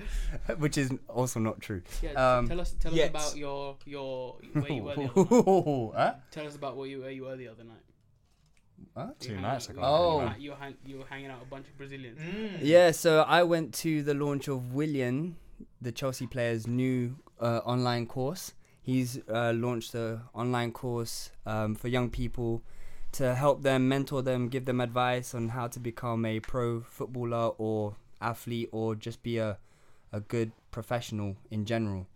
Yeah. which is also not true. yeah Um, tell us, tell yes. us about your your where you were the other night. huh? Tell us about where you where you were the other night. What? You Two were nights hanging- ago. Hmm? you Oh. were hang- You were, hang, you were hanging out with a bunch of Brazilians. Yeah, so I went to the launch of Willian, the Chelsea player's new uh, online course. He's uh, launched an online course um, for young people to help them, mentor them, give them advice on how to become a pro footballer or athlete or just be a, a good professional in general.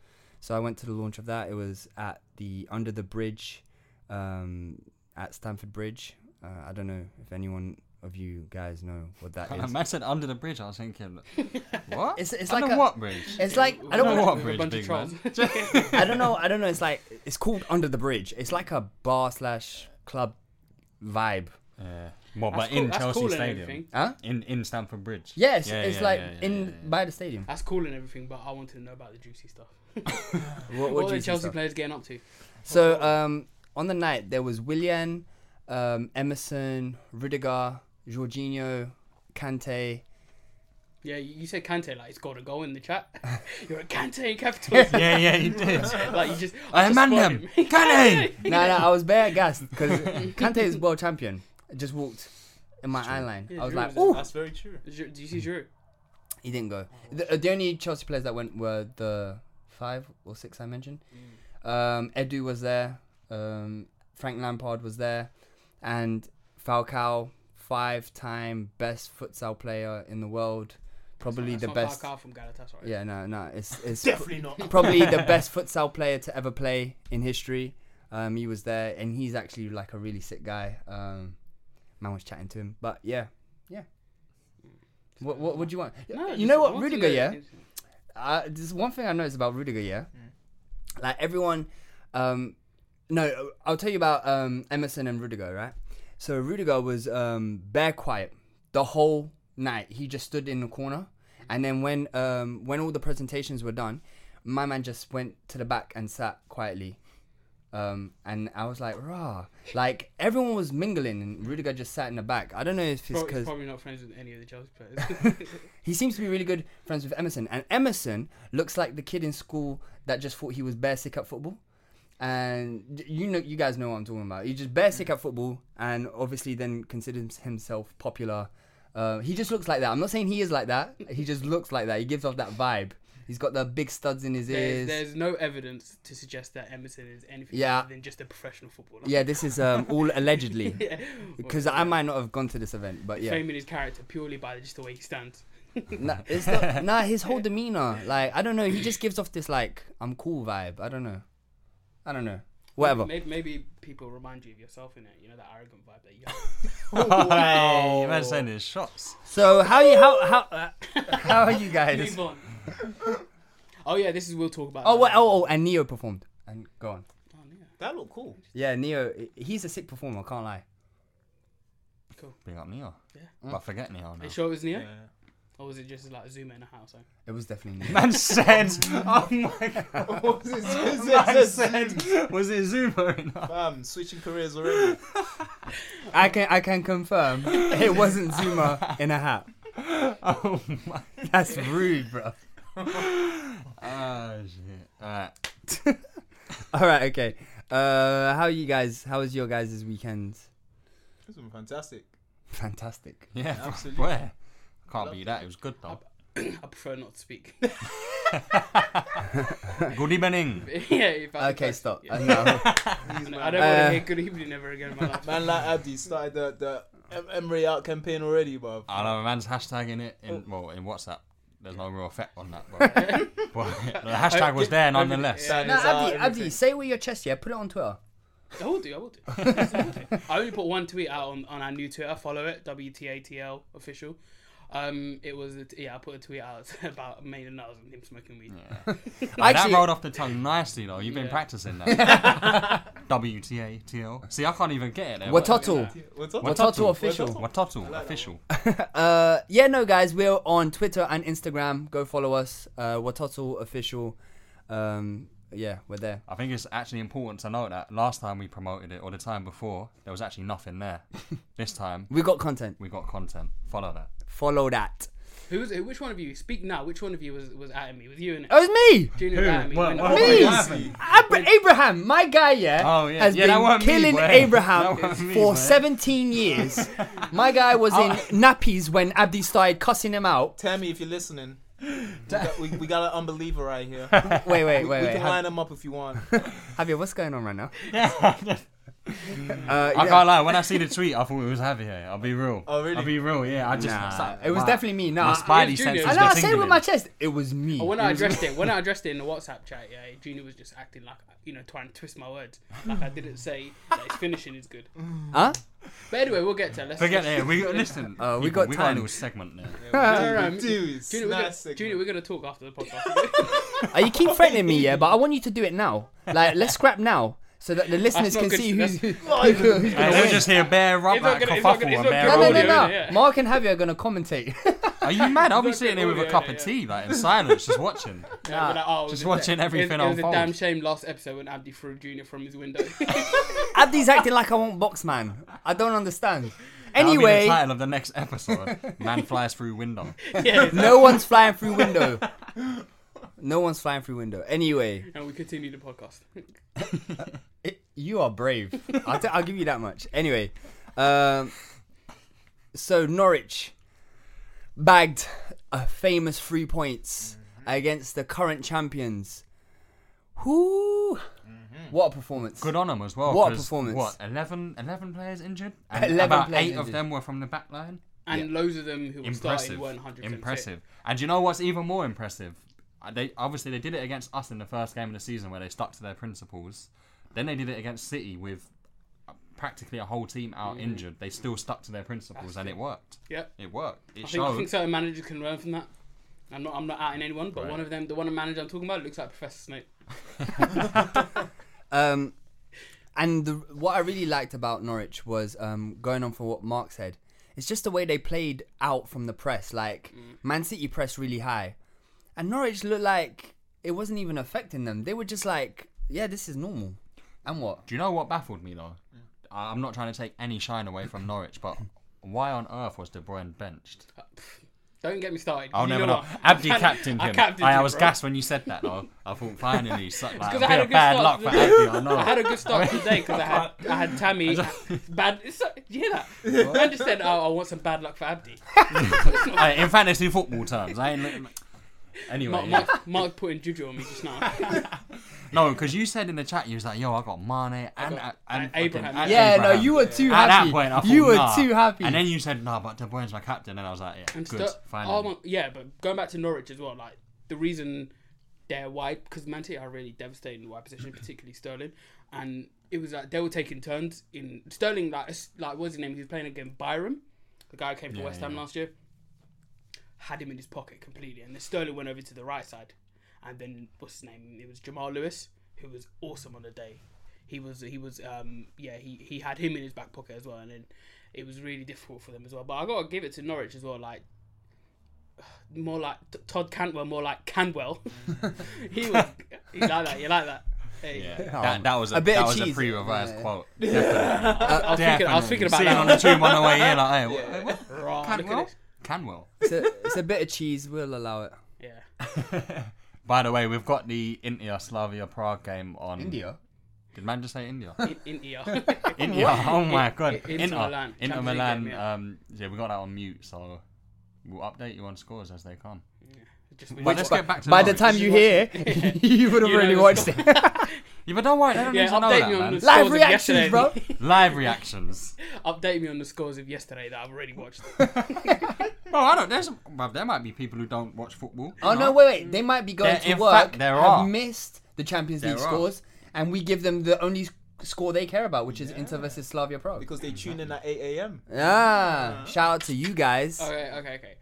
So I went to the launch of that. It was at the Under the Bridge um, at Stamford Bridge. Uh, I don't know if anyone of you guys know what that When is. Matt said under the bridge. I was thinking, what? It's- it's under like a- what bridge? It's like I don't Under know. what With a bridge, bunch of big man? trolls. I don't know. I don't know. It's like it's called Under the Bridge. It's like a bar slash club vibe. Yeah. What? That's But in cool- that's Chelsea cool and Stadium. everything. Huh? In in Stamford Bridge. Yes, Yeah, it's yeah, like yeah, yeah, in yeah, yeah. by the stadium. That's cool and everything, but I wanted to know about the juicy stuff. What, What what are the juicy Chelsea stuff? players getting up to? So um, on the night there was Willian, um, Emerson, Rudiger, Jorginho, Kante. Yeah, you, you said Kante like it's got a goal in the chat. You're a Kante in capitals. Yeah, yeah, you did. like you just. I just am man spotted them. him. Kane. No, no, I was bare gassed because Kante is world champion. I just walked in my eye line. I was true, like, isn't it? oh, That's very true. Giroud- Do you see Giroud? He didn't go. The, uh, the only Chelsea players that went were the five or six I mentioned. Um, Edu was there. Um, Frank Lampard was there, and Falcao, five-time best futsal player in the world, probably That's the not best. Falcao from Galatasaray. Yeah, no, no, it's it's Definitely not. probably the best futsal player to ever play in history. Um, he was there, and he's actually like a really sick guy. Um, man was chatting to him, but yeah, yeah. What what would you want? Hmm. No, you just- know I what, wanted to Rudiger? know- Yeah, uh, there's one thing I noticed about Rudiger. Yeah, like everyone. Um, no, I'll tell you about um, Emerson and Rudiger, right? So Rudiger was um, bare quiet the whole night. He just stood in the corner, and then when um, when all the presentations were done, my man just went to the back and sat quietly Um, and I was like, rah. Like, everyone was mingling, and Rudiger just sat in the back. I don't know if it's Probably, he's because probably not friends with any of the Chelsea players. he seems to be really good friends with Emerson. And Emerson looks like the kid in school that just thought he was bare sick at football. And y- you know, you guys know what I'm talking about. He just bare sick at football, and obviously then considers himself popular. Uh, he just looks like that. I'm not saying he is like that. He just looks like that. He gives off that vibe. He's got the big studs in his there's, ears. there's no evidence to suggest that Emerson is anything Yeah. other than just a professional footballer. Yeah, this is um, all allegedly. Because I might not have gone to this event, but yeah. Framing his character purely by just the way he stands. Nah, it's not, nah, his whole demeanor, like, I don't know, he just gives off this, like, I'm cool vibe. I don't know. I don't know. Whatever. Maybe, maybe people remind you of yourself in it. You know that arrogant vibe that you have. Hey, man, saying his shots. So, how you, how, how, uh, how are you guys? Move on. Oh yeah, this is we'll talk about. Oh, that. well, oh, oh, and Neo performed. And go on. That looked cool. Yeah, Neo, he- he's a sick performer, can't lie. Bring up Neo. Yeah. But I forget Neo now. Are you sure it was Neo? Or was it just like a zoom in a house? It was definitely Neo. Man said, oh my god. What was it? Man said, was it Zuma or not? Bam, Um, switching careers already. I can, I can confirm it wasn't Zuma in a hat. Oh my. That's rude, bro. Ah, shit. Alright. All right, okay. Uh, how you guys? How was your guys' weekend? This was fantastic. Fantastic. Yeah, Absolutely. where? Can't beat that. It was good though. I prefer not to speak. Good evening. yeah. If I, Okay, if I- stop. yeah. Uh, no. No, I don't want Uh, to hear good evening ever again in my life. Man like Abdi started the, the Em- Emery out campaign already, bruv. I know a man's hashtagging it in well in WhatsApp. There's no real effect on that, but, but the hashtag was there nonetheless. Yeah. That No, is how Abdi, Abdi, everything- say it with your chest, yeah. Put it on Twitter. I will do. I will do. Yes, I will do. I only put one tweet out on, on our new Twitter. Follow it. WTATL official. Um, it was a t- yeah. I put a tweet out about Maynard Niles and him smoking weed. Yeah, Actually- that rolled off the tongue nicely, though. You've been practicing that. WTATL. See, I can't even get it there. Watoto. What's up? Watoto official. Watoto, official. Uh, yeah, no, guys, we're on Twitter and Instagram. Go follow us. Uh, Watoto official. Um, yeah, we're there. I think it's actually important to note that last time we promoted it, or the time before, there was actually nothing there. this time, We got content. we got content. Follow that. Follow that. Who was it? Which one of you? Speak now. Which one of you was was at me? Was you and That was Oh, me. Junior was at me? What- when- what- Please. what Oh, happened? Abra- Abraham, my guy, yeah, Oh, yeah. has Yeah, that been weren't me, killing boy. Abraham That weren't me, for boy. Oh. 17 years. my guy was in nappies when Abdi started cussing him out. Tammy, if you're listening, we got, we, we got an unbeliever right here. We, Wait, wait, wait, we wait. can Javier, line him up if you want. what's going on right now? Uh, I can't lie. When I see the tweet, I thought it was Javier. I'll be real. Oh, really? I'll be real. Yeah, I just. Nah, sat- it was my- definitely me. No, My I- spidey Junior. senses. I, were know, I say it with tingling. my chest. It was me. When I addressed it, when I addressed it in the WhatsApp chat, yeah, Junior was just acting like you know trying to twist my words, like I didn't say that his finishing is good. Huh? But anyway, we'll get to that. Let's Forget let's- it. We got listen. Uh, we people, got we got a time. little segment there. No, no, no, Dude, it's Junior, we're gonna, nice Junior, we're gonna talk after the podcast. Uh, you keep threatening me, yeah, but I want you to do it now. Like, let's scrap now so that the listeners not can good- see who's. that's- who's gonna And they'll win. just hear bare It's not rubber, gonna- it's not kerfuffle, gonna- and it's bare not No, no, gonna- no, audio. no. Yeah. Mark and Javier are going to commentate. Are you mad? I'll be It's not sitting gonna here with a audio, cup yeah. of tea, like in silence, just watching. Yeah, we're like, oh, it was Just a- watching everything It, it was a unfold. damn shame last episode when Abdi threw Junior from his window. Abdi's acting like I want box man. I don't understand. That'll be the Anyway, title of the next episode: Man flies through window. no one's flying through window. No one's flying through window. Anyway, and we continue the podcast. it, you are brave. I'll, t- I'll give you that much. Anyway, um, so Norwich bagged a famous three points Mm-hmm. against the current champions. Whoo! What a performance! Good on him as well. What a 'cause, performance. What 11, 11 players injured? And 11 about players eight of injured. them were from the back line. And loads of them who were starting Impressive. weren't 100 Impressive. And you know what's even more impressive? Uh, They obviously they did it against us in the first game of the season where they stuck to their principles. Then they did it against City with uh, practically a whole team out Mm-hmm. injured. They still stuck to their principles and it worked. Yep. It worked. It I think, I showed. think certain managers can learn from that. I'm not. I'm not outing anyone, but Right. one of them, the one manager I'm talking about, looks like Professor Snape. Um, and the, what I really liked about Norwich was um, going on for what Mark said. It's just the way they played out from the press. Like Mm. Man City pressed really high, and Norwich looked like it wasn't even affecting them. They were just like, "Yeah, this is normal." And what? Do you know what baffled me though? I- I'm not trying to take any shine away from Norwich, but why on earth was De Bruyne benched? Don't get me started. I'll you never know. what? Abdi I- captained him. I I, captained I him, was bro. gassed when you said that though. I thought finally, so, like, a 'Cause bit I had a of good bad start. luck for Abdi. I know. I had a good start today because I had I had Tammy bad. It's so, did you hear that? Man just said, "Oh, I want some bad luck for Abdi." Hey, in fantasy football terms, I ain't. li- Anyway, Mark, yeah. Mark, Mark putting juju on me just now. no, because you said in the chat you was like, "Yo, I got Mane and got- and, and Abraham. fucking- and Yeah, no, Abraham." you were too At happy. that point, I thought, you were nah. too happy. And then you said, "No, but De Bruyne's my captain," and I was like, "Yeah, And good, stu- finally." oh my- yeah, but going back to Norwich as well, like the reason they're wide because Man City are really devastated in the wide position, particularly Sterling, and it was like they were taking turns in Sterling. Like s- like what's his name? He was playing against Byram, the guy who came from West Ham last year. Had him in his pocket completely, and then Sterling went over to the right side, and then what's his name? It was Jamal Lewis, who was awesome on the day. He was he was um yeah he he had him in his back pocket as well, and then it was really difficult for them as well. But I gotta give it to Norwich as well, like more like T- Todd Cantwell, more like Canwell. he was. You like that? You like that? Hey, that, that was a, A bit that of was a cheese. pre-revised Yeah. quote. I, was thinking, I was thinking about Seeing that. on the tube on the way in, like, hey, what- what- Right, look at Canwell? this. Canwell. it's, a, it's a bit of cheese. We'll allow it. Yeah. By the way, we've got the India Slavia Prague game on. Did man just say India? In, in ear. India. Oh my god. I- Inter Inter Milan. Inter Champions League Milan. game, yeah. Um, yeah, we got that on mute, so we'll update you on scores as they come. Just- But let's get back to By the Norwich. time you hear, you would have You know already it's watched it. Yeah, but don't worry. They don't yeah, need to know that, update me on man. the scores Live of reactions, yesterday. bro. Live reactions. Update me on the scores of yesterday that I've already watched. Bro, I don't. There's, bruv, there might be people who don't watch football. Oh no, wait, wait. They might be going There- in to work. fact, there have are. missed the Champions There League are. scores, and we give them the only s- score they care about, which is Inter versus Slavia Prague. Because they tune in at 8 a.m. ah, shout out to you guys. Oh, okay, okay, okay.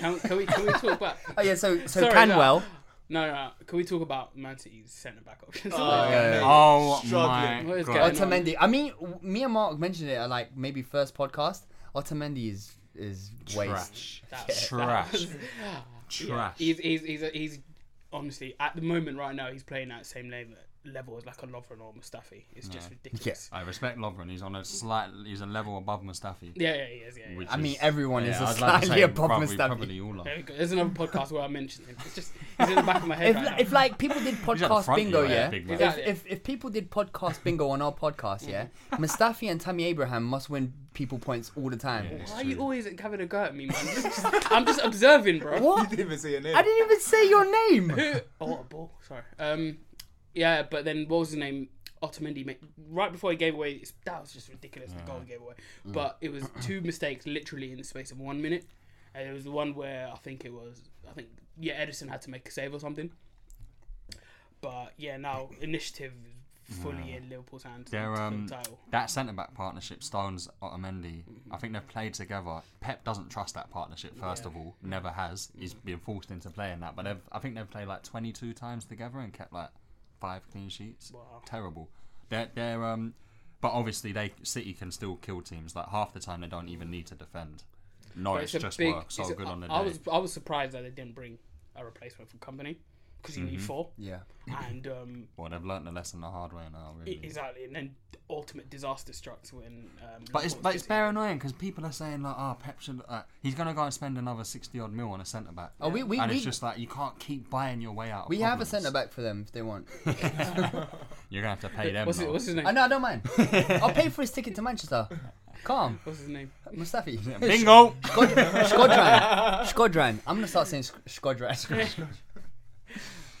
Can, can we can we talk about? Oh yeah, so so Sorry, Canwell. No, no, no. Can we talk about Man City's centre back options? Mate, Oh struggling. What my is god. going on? Otamendi. I mean, w- me and Mark mentioned it at like maybe first podcast. Otamendi is is waste. Trash. That- Trash. Trash. He's he's he's, he's honestly at the moment right now he's playing at the same level level as like a Lovren or Mustafi. It's just ridiculous. I respect Lovren. He's on a slight. He's a level above Mustafi. Yeah, yeah, he is. Yeah, yeah. which I mean, is- everyone is a I'd like to slightly say above probably- Mustafi. Probably all are. There we go. There's another podcast where I mentioned him. It's just he's in the back of my head If, right now. if like people did at the podcast front, bingo, you know, yeah. big If, man. if if people did podcast bingo on our podcast, yeah, Mustafi and Tammy Abraham must win people points all the time. Why are you always having a go at me, man? I'm just, I'm just observing, bro. What? Didn't even say your name. I didn't even say your name. Oh, what a ball. Sorry. Um, yeah, but then what was his name? Otamendi, made, right before he gave away, it's- that was just ridiculous, the goal he gave away. Mm. But it was two mistakes literally in the space of one minute. And it was the one where I think it was, I think, yeah, Edison had to make a save or something. But yeah, now initiative is fully in Liverpool's hands. They're, to um, the title. that centre back partnership, Stones Otamendi. I think they've played together. Pep doesn't trust that partnership. First of all, never has. He's been forced into playing that. But they've, I think they've played like 22 times together and kept like five clean sheets. Terrible. They're, they're um, but obviously they City can still kill teams. Like half the time they don't even need to defend. But Norwich a Oh, just big- work so it's a- good on the day. I was, I was surprised that they didn't bring a replacement for company because you Mm-hmm. need four. Yeah. And um, Well, they've learnt the lesson the hard way now, really. Exactly, and then the ultimate disaster strikes when. Um, But it's Laporte's but it's busy. bare annoying because people are saying like, oh, Pep should. Uh, he's gonna go and spend another sixty odd mil on a centre back. Oh, we- we- and we- it's just like you can't keep buying your way out. Of We have a problems. centre back for them if they want. You're gonna have to pay them. What's, his, though. what's his name? I know, I don't mind. I'll pay for his ticket to Manchester. Calm, What's his name? Mustafi. Bingo. Skodran. Skodran. I'm gonna start saying Sk- Skodran.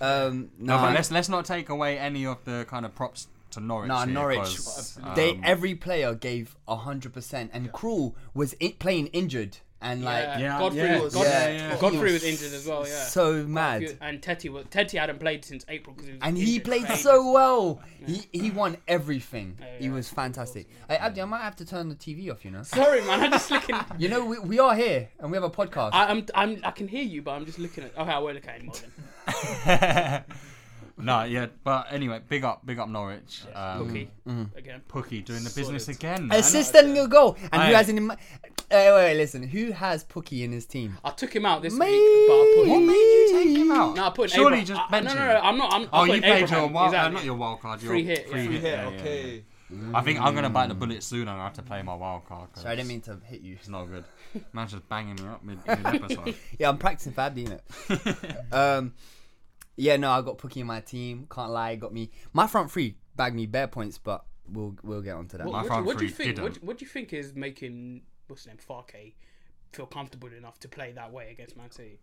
um, no, No, but let's let's not take away any of the kind of props to Norwich. No, here, Norwich. 'cause, They um, every player gave hundred percent, and Krul was in, playing injured and like Yeah, Godfrey, yeah, was, yeah, Godfrey, yeah. Godfrey He was was injured as well. Yeah. so mad, and Tetty was Tetty hadn't played since April because he was and injured he for played ages. so well. He he won everything. He yeah. was fantastic. Hey, Abdi, I might have to turn the TV off. You know. Sorry, man. I'm just looking. I, You know we, we are here and we have a podcast. I'm, I'm, I can hear you, but I'm just looking at. Okay, I won't look at it anymore then. no, yeah, but anyway, big up, big up Norwich. Um, Okay, again. Pookie doing the business again. man. Assist and a goal. And who Aye. has Eh, in my? Hey, wait, listen. Who has Pookie in his team? I took him out this Me. week, but I put What him. made you take him out. No, I put an Surely Abra- just I- I- bench no, no, him. no, I'm not- I'm- I oh, put you an played your Abraham, wild, uh, exactly. not your wild card. Your Free hit, Free yeah. hit. yeah, Yeah, yeah. okay. I think I'm gonna bite the bullet soon, and I have to play my wild card. 'cause Sorry, I didn't mean to hit you. It's not good. Man's just banging me up mid, mid episode. Yeah, I'm practicing for Abdi, innit? um, yeah, no, I got Pookie in my team. Can't lie, got me. My front three bagged me bare points, but we'll we'll get onto that. What, My what, front what do you three think? What, didn't. what do you think is making what's his name Farke feel comfortable enough to play that way against Man City?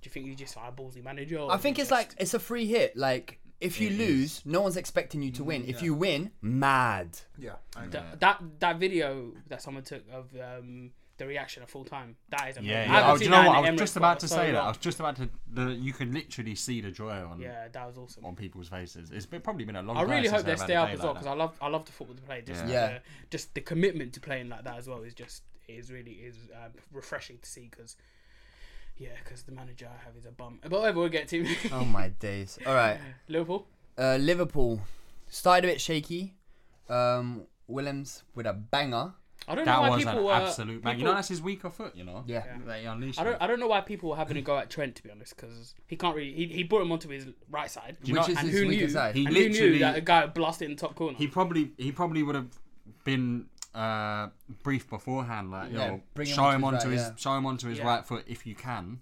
Do you think he's just like a ballsy manager? or I think he it's just- like it's a free hit. Like if you It lose, no one's expecting you to win. If you win, mad. Yeah. I agree. Th- that that video that someone took of um, the reaction at full time. That is amazing. Yeah, I yeah. haven't Oh, do you seen know that what? in I Emirates was just for about to so say that. I long. was just about to. The, you could literally see the joy on Yeah, that was awesome. on people's faces. It's been, probably been a long. I time really since hope they I've had stay a up day as like well that. because I love I love the football they play. Just Yeah. The, just the commitment to playing like that as well is just is really is um, refreshing to see because yeah, because the manager I have is a bum. But whatever, we'll get to Oh my days. All right, Liverpool. uh, Liverpool started a bit shaky. Um, Willems with a banger. I don't know That why was people an were absolute bang. You know people- that's his weaker foot. You know. Yeah. Yeah. That he unleashed. I him. don't, I don't know why people were having a go at Trent to be honest because he can't really he, he brought him onto his right side you know- Which is and his who weaker knew side. He and who knew literally- that a guy blasted in the top corner He probably he probably would have been uh, briefed beforehand, like Yeah, yo, bring him show onto him his onto right, his yeah. show him onto his Yeah. right foot if you can.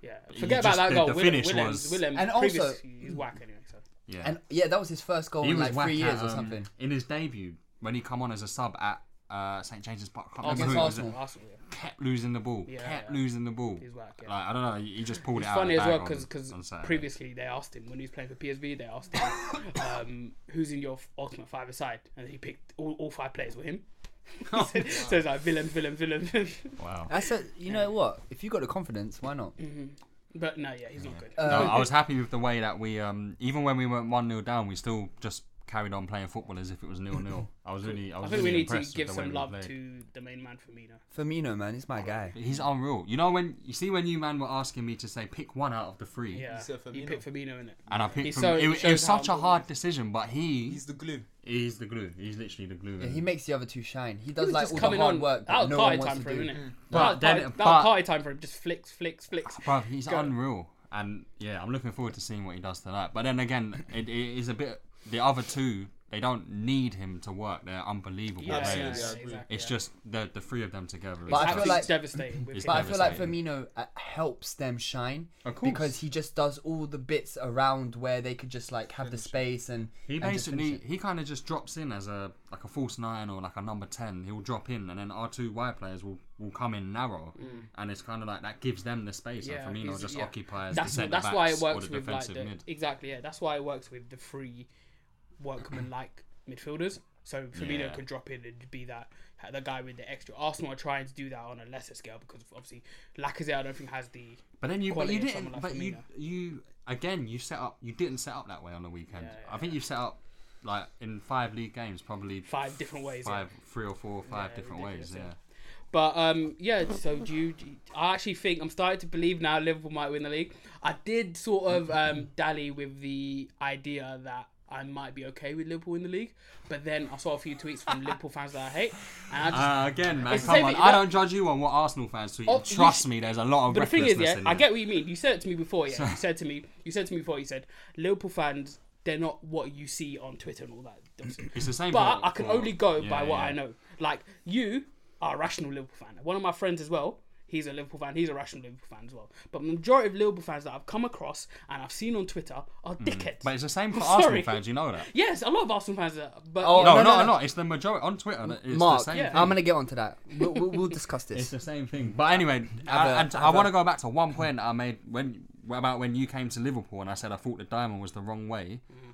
yeah he forget just- about that the- goal the Willem, finish Willem, was- Willem And previous, also- he's whack anyway so Yeah, And yeah, that was his first goal in like whack three years at, or um, something. in his debut when he come on as a sub at uh, St James's Park. I can't Against remember who it was. Arsenal. Arsenal, yeah. kept losing the ball. Yeah, kept yeah. losing the ball. He's whack, yeah. Like I don't know. He he just pulled it It's out. of funny the as bag well on- because because on Saturday. previously they asked him when he was playing for PSV they asked him um, who's in your ultimate five aside and he picked all, all five players were him so it's like Willem Willem Willem Oh, Wow. That's a, you know what? If you got the confidence, why not? Mm. but no yeah he's not good Uh, No, I was happy with the way that we, um, even when we went one 0 down, we still just carried on playing football as if it was nil nil. I was really, I I was think we really need to impressed give with the way some we love played. to the main man Firmino Firmino, man, he's my guy. He's unreal. You know when you see when you man were asking me to say pick one out of the three, Yeah, said you Firmino. picked Firmino in it. and I picked. He's From, so- it, he was- it shows was such how a hard decision, but he He's the glue. he's the glue. He's literally the glue. Yeah, he makes the other two shine. He does was like just all the coming hard on. work That that was no one party wants time to for him, do. innit? Mm. But That, then- that, that but- party time for him. Just flicks, flicks, flicks. Bro, he's Go. unreal, and yeah, I'm looking forward to seeing what he does tonight. But then again, it, it is a bit. The other two, they don't need him to work. They're unbelievable Yeah, players. yeah, Absolutely, I agree. exactly. It's just the the three of them together. is But I just- feel Absolutely like- devastating. With He's him. But I feel like devastating. Firmino uh, helps them shine Of course. because he just does all the bits around where they could just like have the space and he and just finish basically it. he kind of just drops in as a like a false nine or like a number ten. He'll drop in, and then our two wide players will, will come in narrow, and it's kind of like that gives them the space. Mm. Yeah, and Firmino he's- just yeah. occupies That's the centre that's why it backs or works the with like defensive the, mid. exactly yeah. That's why it works with the free workman like midfielders. So Firmino Yeah. can drop in and be that the guy with the extra. Arsenal are trying to do that on a lesser scale because obviously Lacazette I don't think has the. But then you, but you quality of didn't. someone like but you, Firmino. you again, you set up. You didn't set up that way on the weekend. I think you set up like in five league games, probably Five different ways, Five, yeah. three or four, five different ridiculous, ways. Yeah. yeah. But um, yeah, so do you, do you- I actually think I'm starting to believe now Liverpool might win the league. I did sort of um, dally with the idea that I might be okay with Liverpool in the league, but then I saw a few tweets from Liverpool fans that I hate, and I just. Uh, again, man, It's the come same on. thing- I that- don't judge you on what Arsenal fans tweet. Oh, you Trust sh- me, there's a lot of but the thing recklessness is, yeah, in I it. get what you mean. You said it to me before, yeah. You said to me, you said to me before. You said Liverpool fans, they're not what you see on Twitter and all that. obviously. It's the same But for- I can for- only go yeah, by what yeah. I know. Like you are a rational Liverpool fan. One of my friends as well. He's a Liverpool fan. He's a rational Liverpool fan as well. But majority of Liverpool fans that I've come across and I've seen on Twitter are dickheads. Mm. But it's the same for I'm Arsenal sorry. fans. You know that. Yes, a lot of Arsenal fans are. But Oh, yeah, No, no, no, no, no, no. It's the majority on Twitter. that It's Mark, the same I'm thing. gonna get onto that. We'll, we'll, we'll discuss this. It's the same thing. But anyway, Have I, a- and I have want a- to go back to one point that I made when about when you came to Liverpool and I said I thought the diamond was the wrong way. Mm.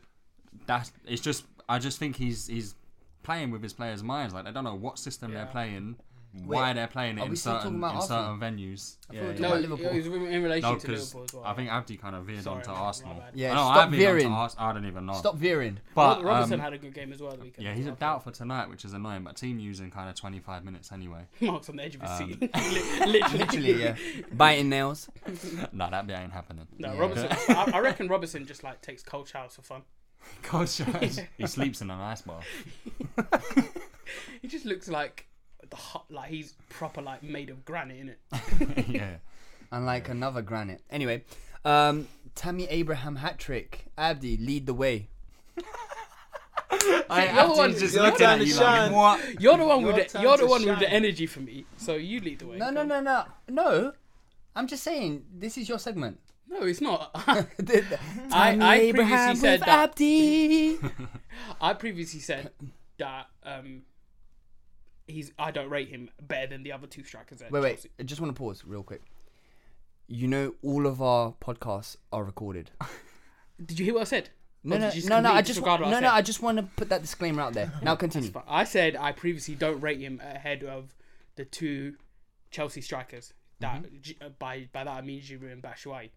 That's it's just I just think he's he's playing with his players' minds. Like they don't know what system they're playing, why Wait, they're playing are it we in still certain talking in about certain venues. we were Yeah, talking yeah. no, about it Liverpool. was in relation No, to because Liverpool as well. I think Abdi kind of veered Sorry, onto my Arsenal. bad. Yeah, I know stop I veered veering. onto Arsenal. I don't even know. Stop veering. But Robertson um, had a good game as well. The weekend yeah, he's a doubt. doubt for tonight, which is annoying. But team using kind of 25 minutes anyway. Mark's on the edge of his Um, seat. Li- literally. Literally, yeah. Biting nails. no, that bit ain't happening. No, Robertson. I, I reckon Robertson just like takes cold showers for fun. Gosh, he sleeps in an ice bath. He just looks like the hot, like he's proper like made of granite in it. yeah. unlike another granite. Anyway, um, Tammy Abraham hat trick. Abdi lead the way. I Your one- actually just your looking time at to you like shine. what? You're the one Your with the, time you're to the one with the shine. energy for me. So you lead the way. No, no, no, no, no. I'm just saying this is your segment. No, it's not. I, I previously said that. Abdi. I previously said that um, he's I don't rate him better than the other two strikers. at wait, wait. Chelsea. I just want to pause real quick. You know, all of our podcasts are recorded. Did you hear what I said? No, Or no, Oh, did you no, no. I completely just, disregard wa- what no, I no. I said? just want to put that disclaimer out there. Now Mm. continue. But I said I previously don't rate him ahead of the two Chelsea strikers. That Mm-hmm. G- uh, by by that I mean Giroud and Batshuayi.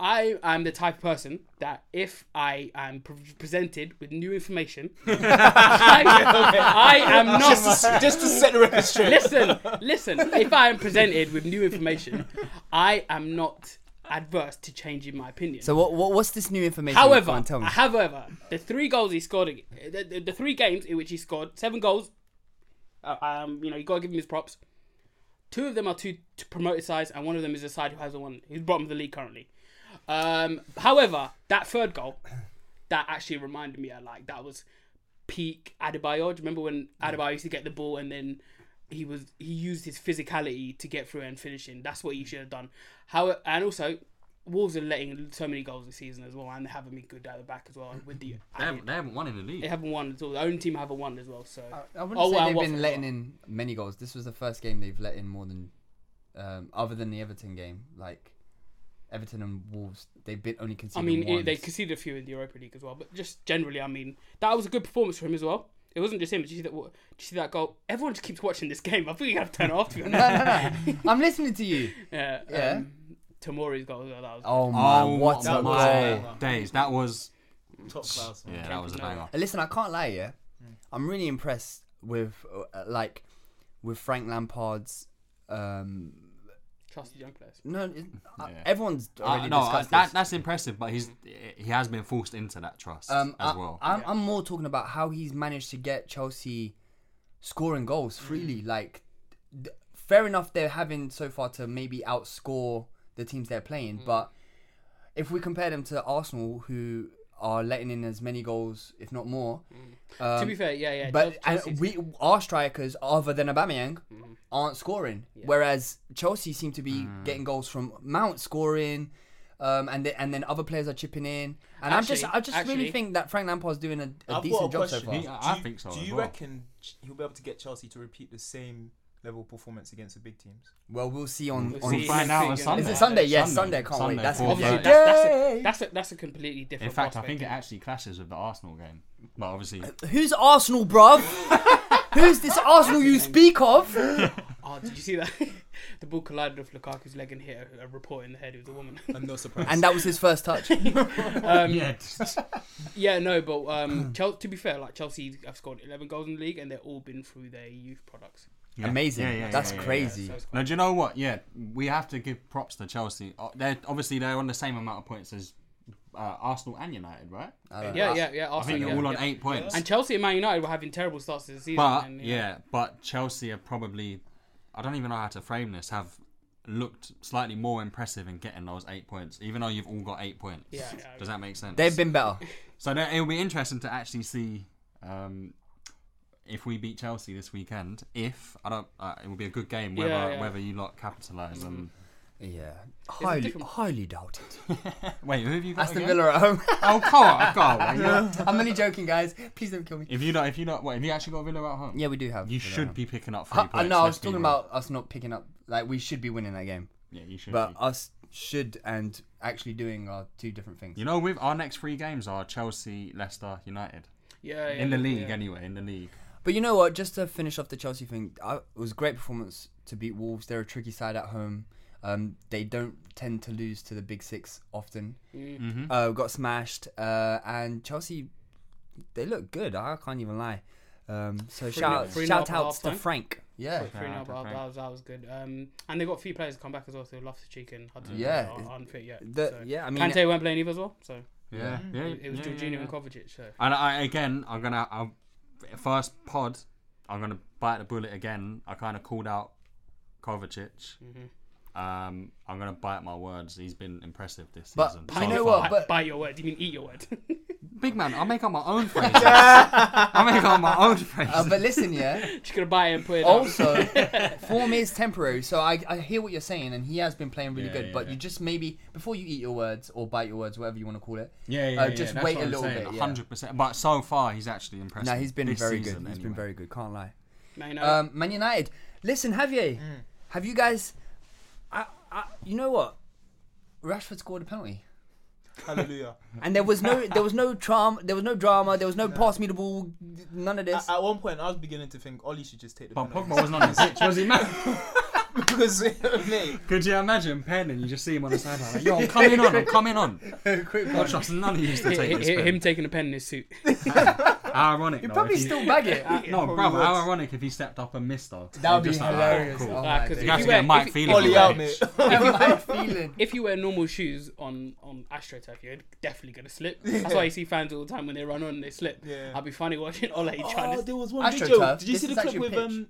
I am the type of person that if I am pre- presented with new information, I, I am not Just to set the record straight. listen, listen. If I am presented with new information, I am not adverse to changing my opinion. So what, what? What's this new information? However, Come on, tell me. however, the three goals he scored, ag- the, the, the three games in which he scored seven goals, uh, um, you know, you gotta give him his props. Two of them are two t- promoted sides, and one of them is a side who hasn't won. Who's bottom of the league currently. Um, however, that third goal, that actually reminded me of like that was peak Adebayo. Do you remember when Adebayo used to get the ball and then he was he used his physicality to get through and finish in. That's what he should have done. How and also Wolves are letting so many goals this season as well, and they haven't been good at the back as well. With the They haven't, they haven't won in the league. they haven't won at all. The only team haven't won as well. So I wouldn't Oh, say well, they've Watford been as letting well. in many goals. This was the first game they've let in more than, um, other than the Everton game. Like, Everton and Wolves, they've been only I conceded. mean, it, once. they conceded a few in the Europa League as well, but just generally, I mean, that was a good performance for him as well. It wasn't just him. Did you see that? Did you see that goal? Everyone just keeps watching this game. I think you have to turn it off. To be honest. no, no, no. I'm listening to you. Yeah. Yeah. Um, Tomori's goal. as well, That was Oh my! what a my goal! Uh, days. That was. Top class. Yeah, that was a banger. Listen, I can't lie. Yeah, I'm really impressed with uh, like with Frank Lampard's. Um, trusted young players. no, it- uh, everyone's already Uh, no, uh, discussed that, this. that's impressive, but he's he has been forced into that trust um, as I, well. I'm, I'm more talking about how he's managed to get Chelsea scoring goals freely. Like, th- fair enough, they're having so far to maybe outscore the teams they're playing, but if we compare them to Arsenal, who are letting in as many goals, if not more, to be fair, yeah, yeah. Um, but Chelsea- Mm-hmm. Chelsea's- and we our strikers, other than Aubameyang, aren't scoring. Whereas Chelsea seem to be Mm. getting goals from Mount scoring, um, and the, and then other players are chipping in. And I'm just Actually- I just really actually- think that Frank Lampard's doing a, a I've decent got job a so question. far. He- I- I do you, think so Do as you well. reckon ch- he'll be able to get Chelsea to repeat the same level of performance against the big teams? Well, we'll see on We'll on see. Friday. find out on Sunday. Is it Sunday? Yes, Sunday. Can't wait. That's gonna be Obviously, a- yeah. that's, that's, a, that's, a, that's a completely different. In fact, I prospect. Uh, think it actually clashes with the Arsenal game. But obviously, Who's Arsenal, bruv? Who's this Arsenal you speak of? Oh, did you see that? the ball collided with Lukaku's leg and hit a, a report in the head. It was a woman. I'm not surprised. And that was his first touch. yeah, yeah, no, but um, Chelsea. To be fair, like Chelsea have scored 11 goals in the league, and they've all been through their youth products. Amazing. Yeah, yeah, yeah, That's yeah, yeah. crazy. No, do you know what? Yeah, we have to give props to Chelsea. Uh, They're obviously they're on the same amount of points as uh, Arsenal and United, right? Uh, Yeah, yeah, yeah. I think Arsenal, they're all yeah, on yeah. eight points. And Chelsea and Man United were having terrible starts to the season. But and, yeah. but Chelsea are probably I don't even know how to frame this. Have looked slightly more impressive in getting those eight points, even though you've all got eight points. Yeah, yeah. Does that make sense? They've been better. so that- it'll be interesting to actually see. Um, if we beat Chelsea this weekend, if I don't, uh, it will be a good game. Whether Yeah, yeah. whether you lot capitalise and Yeah. Highly, different- highly doubted. wait, who have you got? Aston again? Villa at home. Oh, come on, come on. man. I'm only joking, guys. Please don't kill me. If you not, if you not, what? If you actually got Villa at home, Yeah, we do have. you Villa should at be picking up three home. I, I points. know. Uh, I let's was be talking real. about us not picking up. Like we should be winning that game, Yeah, you should. but be. us should and actually doing are two different things. you know, with our next three games are Chelsea, Leicester, United yeah, yeah, in the yeah, league. yeah. Anyway, in the league. But you know what? Just to finish off the Chelsea thing, I, it was a great performance to beat Wolves. They're a tricky side at home. Um, they don't tend to lose to the big six often. Mm. Mm-hmm. Uh, got smashed, uh, and Chelsea, they look good. I can't even lie. Um, so shout three shout nil at outs to halftime. Frank. Yeah, Three nil, Yeah, but uh, okay. that was, that was good. Um, and they got a few players come back as well. So Loftus-Cheek and Hudson Yeah. are, are unfit yet. The- so. yeah, I mean- Kante weren't playing either as well. So Yeah, yeah. it was yeah, Jorginho yeah, yeah. and Kovacic. So And I again, I'm gonna I'm, first pod. I'm gonna bite the bullet again. I kind of called out Kovacic Mm-hmm. Um, I'm gonna bite my words. He's been impressive this But season. you so know far. what? Bite, But- bite your word. You mean eat your word? Big man, I make up my own phrases. I make up my own phrases. Uh, but listen, yeah. Just gonna buy it and put it. out. also, form is temporary, so I, I hear what you're saying, and he has been playing really Yeah, good. yeah, but yeah. you just maybe before you eat your words or bite your words, whatever you want to call it, yeah, yeah, uh, yeah, just that's wait what a I'm little saying, bit. Yeah. 100%. But so far, he's actually impressive. No, he's been this very season good. He's been anyway. Uh, very good. Can't lie. Man, you know, Um, Man United. Listen, Javier, Mm. have you guys? I, I, you know what? Rashford scored a penalty, Hallelujah. and there was no, there was no drama, there was no drama, there was no pass me the ball, none of this. At, at one point, I was beginning to think Ollie should just take the But penalty. Pogba wasn't on the pitch, was he, man? because mate, Could you imagine Penn and you just see him on the sideline? Like, Yo, I'm coming on, I'm coming on. I trust none of you to hi- take this. hi- pen. him taking a pen in his suit. How ironic. though, Probably if he- still bag it. No, probably bro, how was. ironic if he stepped up and missed though. That would be He's just like, hilarious. cool. Oh Like, my 'cause days. You have to wear- get Mike if- Phelan. Ollie on out, the mate. pitch. My feeling. If you wear normal shoes on on AstroTurf, you're definitely gonna slip. That's why you see fans all the time when they run on, they slip. Yeah. I'd be funny watching Ole trying Oh, to. there was one Astroturf. video. Did you This see is the clip actually with pitch. um,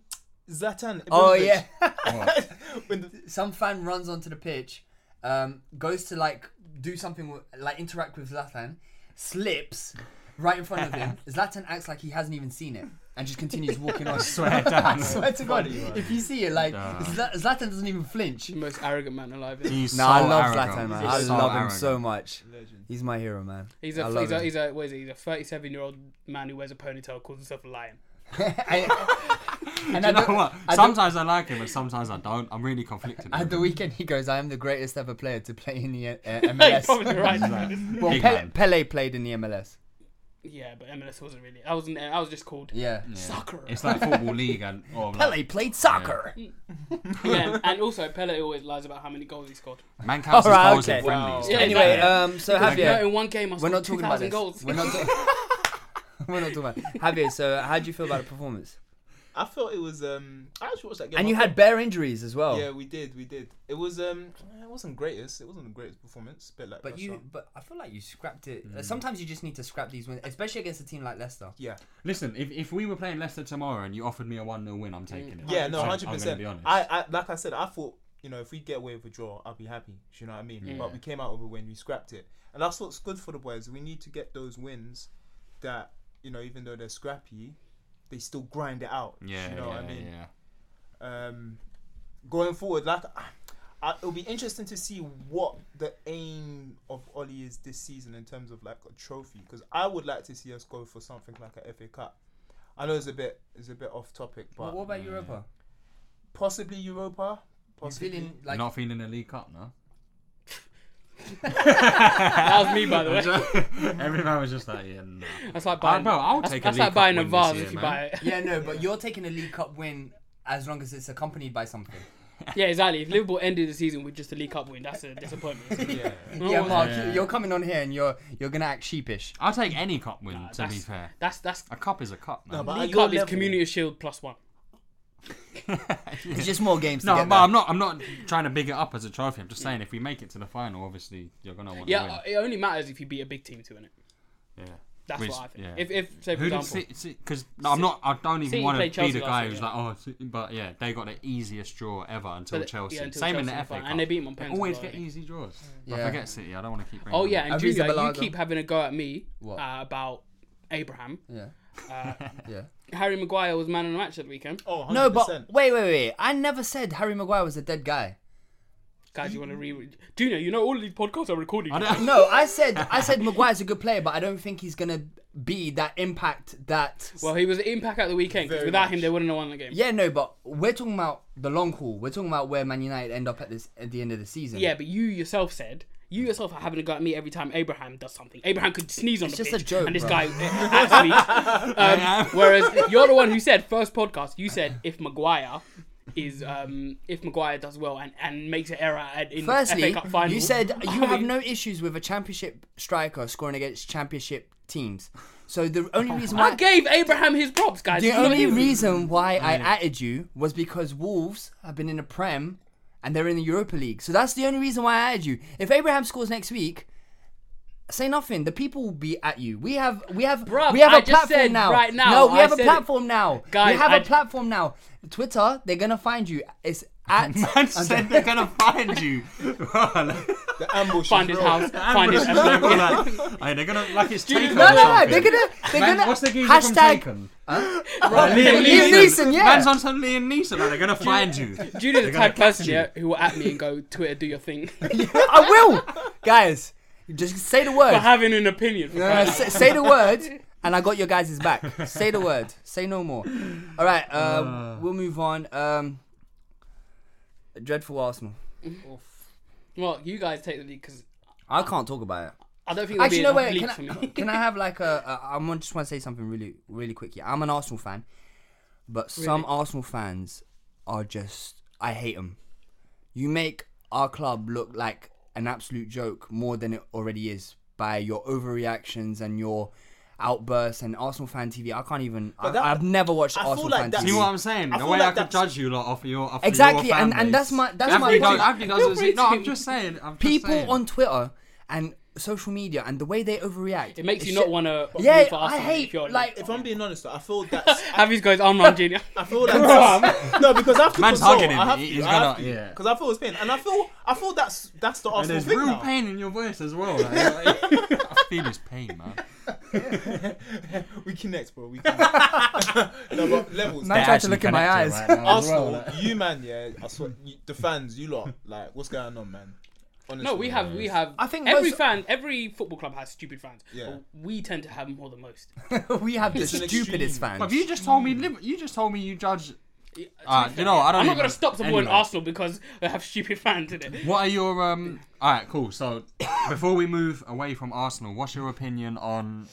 Zlatan? Oh Ibrahimovic? yeah. When the- some fan runs onto the pitch, um, goes to like do something with- like interact with Zlatan, slips right in front of him. Zlatan acts like he hasn't even seen it and just continues walking on. I swear, I swear to God, if you see it, like Zla- Zlatan doesn't even flinch. The most arrogant man alive. isn't he? He's No, I so love arrogant. Zlatan, man. He's I so love him arrogant. so much. He's my hero, man. He's a I love he's a, him. he's a what is he? He's a 37 year old man who wears a ponytail, calls himself a lion. and You at know the- what? at the- Sometimes I like him and sometimes I don't. I'm really conflicted. At with the him. weekend, he goes, "I am the greatest ever player to play in the uh, He's MLS." probably right. well, Big Pele, man. Pele played in the MLS. yeah, but MLS wasn't really. I wasn't. I was just called Yeah. soccer. It's like football league and or like, Pele played soccer. yeah, and also Pele always lies about how many goals he scored. man counts his Alright, goals in okay. friendlies. Yeah, don't anyway, they? Yeah. Um, so Yeah. Javier, in one game, I we're scored not talking about 2,000 this. goals. We're not, ta- we're not talking about Javier. So how do you feel about the performance? I felt it was. Um, I actually watched that game. And I you thought- had bare injuries as well. Yeah, we did. We did. It was. Um, it wasn't greatest. It wasn't the greatest performance. Bit like. But you, Russia. but I feel like you scrapped it. Sometimes you just need to scrap these wins, especially against a team like Leicester. Yeah. Listen, if, if we were playing Leicester tomorrow and you offered me a 1 0 win, I'm taking it. Yeah. No. I'm- Hundred I'm gonna percent. be honest. I, I. Like I said, I thought. You know, if we get away with a draw, I'll be happy. Do you know what I mean? But we came out with a win. We scrapped it, and that's what's good for the boys. We need to get those wins. That you know, even though they're scrappy, they still grind it out. do yeah, You know yeah, what I mean? yeah. um, going forward. Like, I, it'll be interesting to see what the aim of Ollie is this season in terms of like a trophy, because I would like to see us go for something like a FA Cup. I know it's a bit it's a bit off topic, but But what about Europa? possibly Europa. You Possibly. feeling like? You're not feeling the League Cup, no? That was me, by the way. Every man was just like, yeah, nah. That's like Ah, buying. bro, I'll that's, take a that's League like Cup buying a win this vase year, if you man. buy it. Yeah, no. But you're taking a League Cup win as long as it's accompanied by something. Yeah, exactly. If Liverpool ended the season with just a League Cup win, that's a disappointment. Yeah. yeah, Mark, you- you're coming on here and you're you're gonna act sheepish. I'll take any cup win, to be that's- fair. That's that's A cup is a cup, man. No, but at League your Cup is level- Community Shield plus one. Oh, It's just more games. No, to but get I'm not. I'm not trying to big it up as a trophy. I'm just saying, if we make it to the final, obviously you're gonna want to Yeah, win. uh, it only matters if you beat a big team to win it. yeah, That's Which- what I think. yeah. If, if say for Who example, did Because no, I'm not. I don't even City want played to be Chelsea the last guy year, who's yeah. like, oh, City- but yeah, they got the easiest draw ever until But- Chelsea. yeah, until Same in Chelsea the and FA Bayern. Cup. And they beat them on penalties, Always by the get way. easy draws. But Yeah. forget City. I don't want to keep. bringing oh them yeah, up. and Aviza Junior, you Balaga. keep having a go at me What? uh, about Abraham. Uh, Yeah. yeah. Harry Maguire was man of the match that weekend. Oh, 100%. No, but wait, wait, wait. I never said Harry Maguire was a dead guy. Guys, you want to re? Junior, you know all of these podcasts are recording. I don't- No, I said I said Maguire's a good player, but I don't think he's gonna be that impact that. Well, he was an impact at the weekend because Very without him, much. they wouldn't have won the game. Yeah, no, but we're talking about the long haul. We're talking about where Man United end up at this at the end of the season. Yeah, but you yourself said you yourself are having a go at me every time Abraham does something. Abraham could sneeze on It's the just a pitch, joke, and this bro. guy uh, actually. Um, whereas you're the one who said first podcast, you said if Maguire is um if Maguire does well and, and makes an error at, in Firstly, FA Cup final, you said you I have mean, no issues with a championship striker scoring against championship teams. So the only reason why I gave Abraham his props, guys. The It's not only even- reason why I added you was because Wolves have been in the Prem and they're in the Europa League. So that's the only reason why I added you. If Abraham scores next week, say nothing. The people will be at you. We have we have Bruv, we have a I just platform said now. right now, No, we I have a said it. platform now. Guys, we have I a j- platform now. Twitter, they're gonna find you. It's at Man said they're gonna find you. The ambush. Find is his real. house. Find his emblem. They're like, hey, they're gonna like it's taken. no, no, no. They're gonna, they're Man, gonna what's the geezer from hashtag. Taken? Right, Liam Liam Neeson. Neeson, yeah. Man's on some Liam Neeson. and They're gonna find you. Julia's the gonna type of person catch you. yeah, who will at me and go, Twitter, do your thing. I will, guys. Just say the For word. having an opinion. for No, no, crying no, Uh, say, say the word, and I got your guys' back. Say the word. Say no more. All right, uh, we'll move on. Um, dreadful Arsenal. Well, you guys take the lead because I can't talk about it. I don't think it'll Actually, be no, enough wait. leaks Can for I, me. can I have like a? a I'm just want to say something really, really quick here. I'm an Arsenal fan, but some Arsenal fans are just. I hate them. You make our club look like an absolute joke more than it already is by your overreactions and your outbursts and Arsenal fan TV. I can't even. I, that- I've never watched I feel Arsenal like fan that's- You know what TV. I'm saying? I The feel way like I could that's- judge you lot off your off your Exactly, fan and- and base. that's my- that's Everything my does- point. everything does Feel is- No, free I'm to. just saying. I'm just People saying. on Twitter and social media and the way they overreact. It makes you it's not shit- want to. Yeah, I hate like. If I'm being honest, though, I feel that's. Javi's goes arm around Junior. I feel that's no because I have to Man's console. hugging him. I have to. He- he's I have gonna- to. yeah. Because I feel it's pain, and I feel I feel that's that's the And Arsenal there's thing real now. pain in your voice as well. Like, I feel his pain, man. We connect, bro. We connect. no, but levels. Man tried to look in my eyes. Arsenal, you man, yeah. I swear, you, the fans, you lot, like, what's going on, man? Honestly, No, we have, we have. I think every most- fan, every football club has stupid fans. Yeah. But We tend to have more than most. we have the It's an stupidest extreme. fans. But you just told me. Liv- You just told me you judge. Uh, you know, I don't. I'm not even- going to stop supporting anyway. Arsenal because they have stupid fans in it. What are your um? All right, cool. So before we move away from Arsenal, what's your opinion on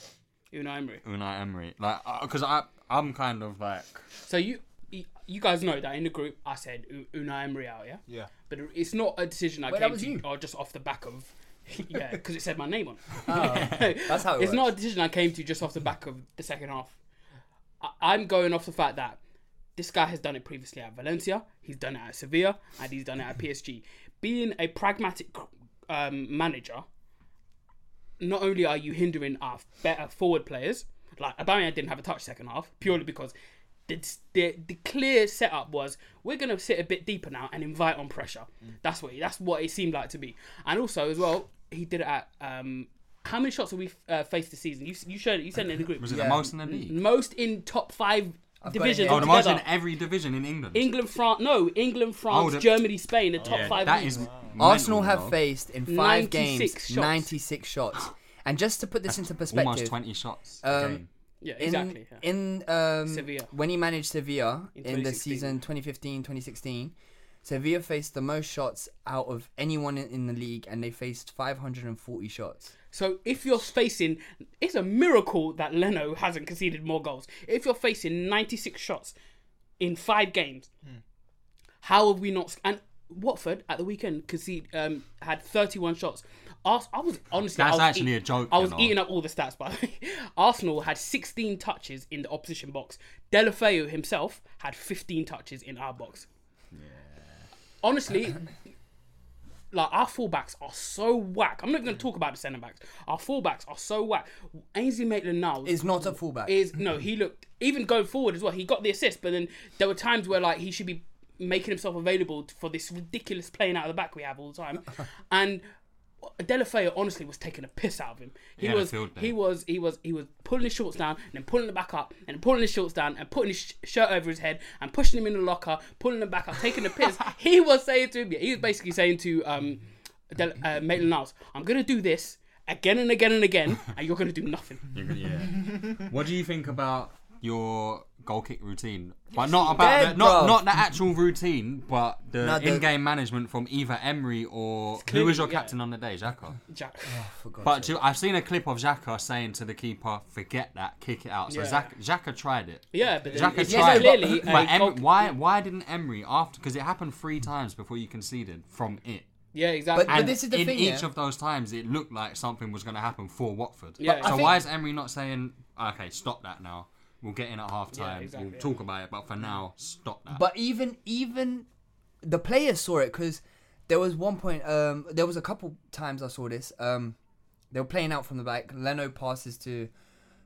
You know, Emery. Unai Emery? Like, because I I'm kind of like So you you guys know that in the group I said U- Unai Emery out, yeah? Yeah. But it's not a decision I Wait, that came was to you? or just off the back of yeah, because it said my name on it. Oh, That's how it it's works. not a decision I came to just off the back of the second half. I, I'm going off the fact that this guy has done it previously at Valencia, he's done it at Sevilla, and he's done it at PSG. Being a pragmatic um, manager, not only are you hindering our better forward players, like Aubameyang didn't have a touch second half purely because the the, the clear setup was we're gonna sit a bit deeper now and invite on pressure. Mm. That's what that's what it seemed like to be. And also as well, he did it at um, how many shots have we uh, faced this season? You you showed it, you said it in the group. was it the most in the league? most in top five got it divisions. here. Oh, the most in altogether. every division in England. England, France, no, England, France, the- Germany, Spain, the top Yeah, five. that leagues. is Arsenal mental, have though. faced in five 96 games shots. 96 shots. And just to put this into almost perspective, 20 shots. a um, game. yeah, in, exactly. yeah. in um, Sevilla. when he managed Sevilla In in, the 2016. season 2015 2016, Sevilla faced the most shots out of anyone in, in the league and they faced 540 shots. So if you're facing, it's a miracle that Leno hasn't conceded more goals. If you're facing 96 shots in five games, how have we not? And Watford at the weekend concede um, had 31 shots. Ars- I was honestly, I That's was actually eat- a joke, I was you know. eating up all the stats, by the way. Arsenal had 16 touches in the opposition box. Delafeu himself had 15 touches in our box. Honestly, like our fullbacks are so whack. I'm not going to talk about the centre backs. Our fullbacks are so whack. Ainsley Maitland-Niles Is not a fullback. is no, he looked even going forward as well. He got the assist, but then there were times where like he should be making himself available for this ridiculous playing out of the back we have all the time, and. Delafeo honestly was taking a piss out of him. He had a was field day. he was he was he was pulling his shorts down and then pulling it back up and pulling his shorts down and putting his sh- shirt over his head and pushing him in the locker, pulling him back up, taking the piss. he was saying to him, he was basically saying to um, Del- uh, Maitland Niles, "I'm gonna do this again and again and again, and you're gonna do nothing." Yeah. what do you think about your goal kick routine? But not about dead, the, not bro. not the actual routine, but the No, the- in-game management from either Emery or who was your clearly- yeah. captain on the day, Xhaka. Jack. But to, I've seen a clip of Xhaka saying to the keeper, "Forget that, kick it out." So Yeah. Xhaka, Xhaka tried it. Yeah, but then Xhaka it's tried. clearly it. a but Em- goal- why why didn't Emery after? Because it happened three times before you conceded from it. Yeah, exactly. But And this is the in thing, each yeah. of those times, it looked like something was going to happen for Watford. Yeah, But I so think- why is Emery not saying, "Okay, stop that now. We'll get in at half time. exactly, we'll yeah. talk about it, but for now, stop that." But even even the players saw it because there was one point. Um, there was a couple times I saw this. Um, they were playing out from the back. Leno passes to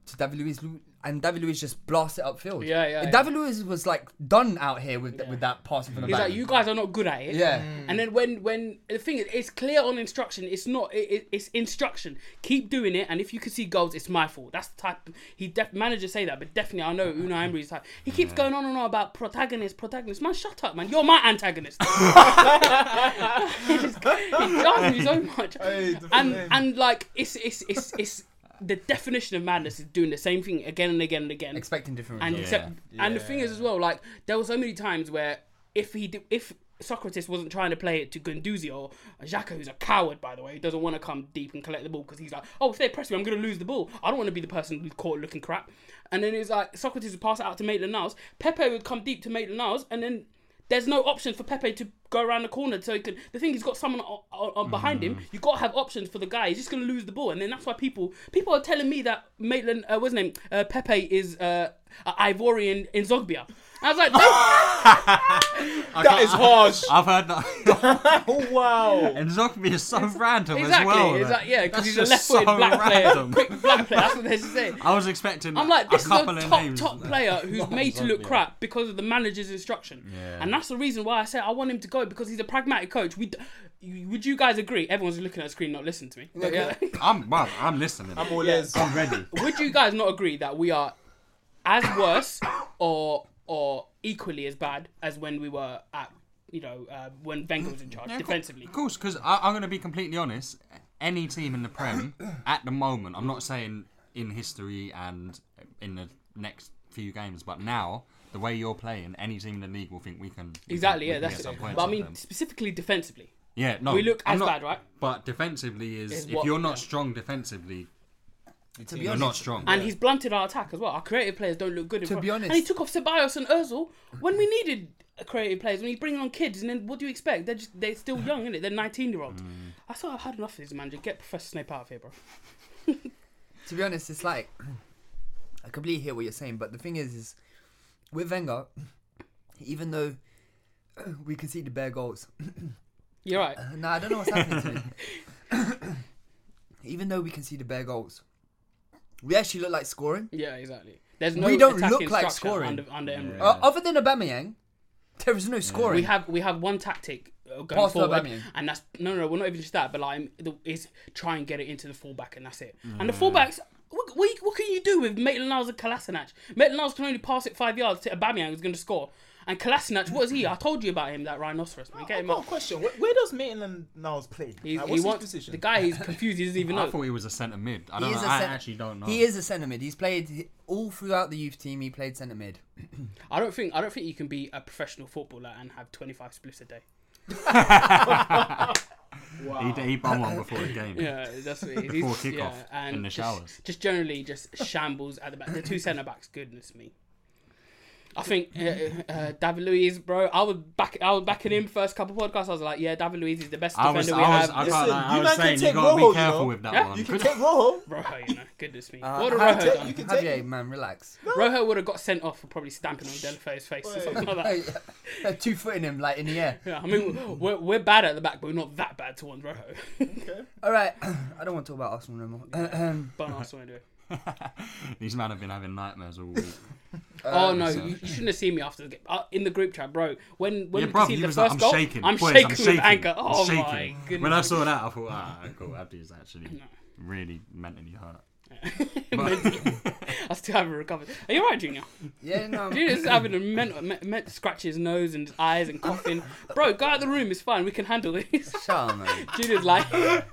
to David Luiz, Lu- and David Luiz just blasted it upfield. Yeah, yeah, And yeah. David Luiz was like done out here with with that passing from the He's back. like, you guys are not good at it. Yeah. And then when when the thing is, it's clear on instruction. It's not. It, it- it's instruction. Keep doing it, and if you can see goals, it's my fault. That's the type. He def- managers say that, but definitely I know Unai Emery's type. He keeps going on and on about protagonist, protagonist. Man, shut up, man. You're my antagonist. he just- he does me so much. Hey, different and name. and like it's it's it's it's. The definition of madness is doing the same thing again and again and again expecting different and results. except, and the thing is as well, like there were so many times where if he did, if Socrates wasn't trying to play it to Gunduzi or Xhaka, who's a coward by the way, who doesn't want to come deep and collect the ball because he's like, oh, if they press me, I'm gonna lose the ball. I don't want to be the person who's caught looking crap. And then it's like Socrates would pass it out to Maitland-Niles, Pepe would come deep to Maitland-Niles, and then. There's no option for Pepe to go around the corner, so he can. The thing he's got someone o- o- o- behind Mm. him. You have got to have options for the guy. He's just gonna lose the ball, and then that's why people people are telling me that Maitland, uh, what's his name, uh, Pepe is uh, uh, Ivorian in Zogbia. I was like, no, That is harsh. I've heard that. Oh wow. and Zogby is so random exactly. as well. it's like- like, yeah, because that's he's a just left-footed so black random. player, quick black player. That's what they're saying. I was expecting I'm like, this a is couple a of top names. top player who's made to look Zogbia. crap because of the manager's instruction, Yeah. and that's the reason why I say I want him to go because he's a pragmatic coach. We, d- you- would you guys agree? Everyone's looking at the screen, not listening to me. But yeah. I'm, well, I'm listening. I'm all ears. I'm ready. would you guys not agree that we are as worse or or equally as bad as when we were at you know uh, when Wenger was in charge Yeah, of cou- defensively? Of course, because I'm going to be completely honest. Any team in the Prem at the moment, I'm not saying in history and in the next few games, but now the way you're playing, any team in the league will think we can. we can- we Exactly, yeah, can that's get it. some points But I off mean, them. specifically defensively. yeah, no, we look I'm as not- bad, right? But defensively is, Is if what- you're not yeah. strong defensively, to be you're honest, not strong. And he's blunted our attack as well. Our creative players don't look good. In To front. be honest- and he took off Ceballos and Özil when we needed creative players. When he's bringing on kids, and then what do you expect? They're just they're still young, innit? They're nineteen year olds. Mm. I thought I've had enough of this manager. Get Professor Snape out of here, bro. to be honest, it's like I completely hear what you're saying, but the thing is, is with Wenger, even though we conceded bare goals, You're right. no, I don't know what's happening to me. even though we conceded bare goals, we actually look like scoring. Yeah, exactly. There's no We don't attacking look like structure scoring. under, under Emery. Uh, other than Aubameyang, there is no scoring. We have we have one tactic uh, going Pass to forward, Aubameyang. and that's no, no, no. We're not even just that, but like the- is try and get it into the fullback, and that's it. And the Mm. fullbacks, what, what, what can you do with Maitland-Niles and Kolasinac? Maitland-Niles can only pass it five yards to Aubameyang, who's going to score. And Kolasinac, what is he? I told you about him, that rhinoceros man. Get I've him got a up. question. Where, where does Maitland Niles play? He, Like, what's he his wants position? the guy. He's confused. He doesn't even I know. thought he was a centre mid. I don't He know. is a I cent- actually don't know. He is a centre mid. He's played all throughout the youth team. He played centre mid. I don't think I don't think you can be a professional footballer and have 25 splits a day. He, he bum one before the game. Yeah, that's what it is. Before He's- kickoff, yeah, and in the just, showers. Just generally just shambles at the back. The two centre backs, goodness me. I think uh, uh, David Luiz, bro. I was back. I was backing him first couple podcasts. I was like, yeah, David Luiz is the best I defender was, we I was, I have. can't Listen, lie, I you was man can saying you take gotta Rojo, be you careful know. with that Yeah, one. You can take Rojo. Rojo, you know, goodness me. Uh, what would Javier- Rojo done? You can take Javier, man, relax. Rojo would have got sent off for probably stamping on Delafe's face or something like that. Hey, Two foot in him, like in the air. Yeah, I mean, we're, we're bad at the back, but we're not that bad towards Rojo. All right, I don't want to talk about Arsenal no more. Um, but Arsenal anyway. These men have been having nightmares all week. Oh no, you, you shouldn't have seen me after the game uh, in the group chat, bro. When Um, when Yeah, we bruv, see you the was like, first I'm goal, shaking. I'm boys, shaking I'm with shaking. anger. Oh I'm shaking. my goodness. When I saw that, I thought, ah, cool, Abdi's actually really mentally hurt. I still haven't recovered. Are you alright, Junior? yeah, no. I'm- Junior's having a mental, me, me, scratch his nose and his eyes and coughing. Bro, go out the room. It's fine. We can handle this. Shut up, man. Junior's like, are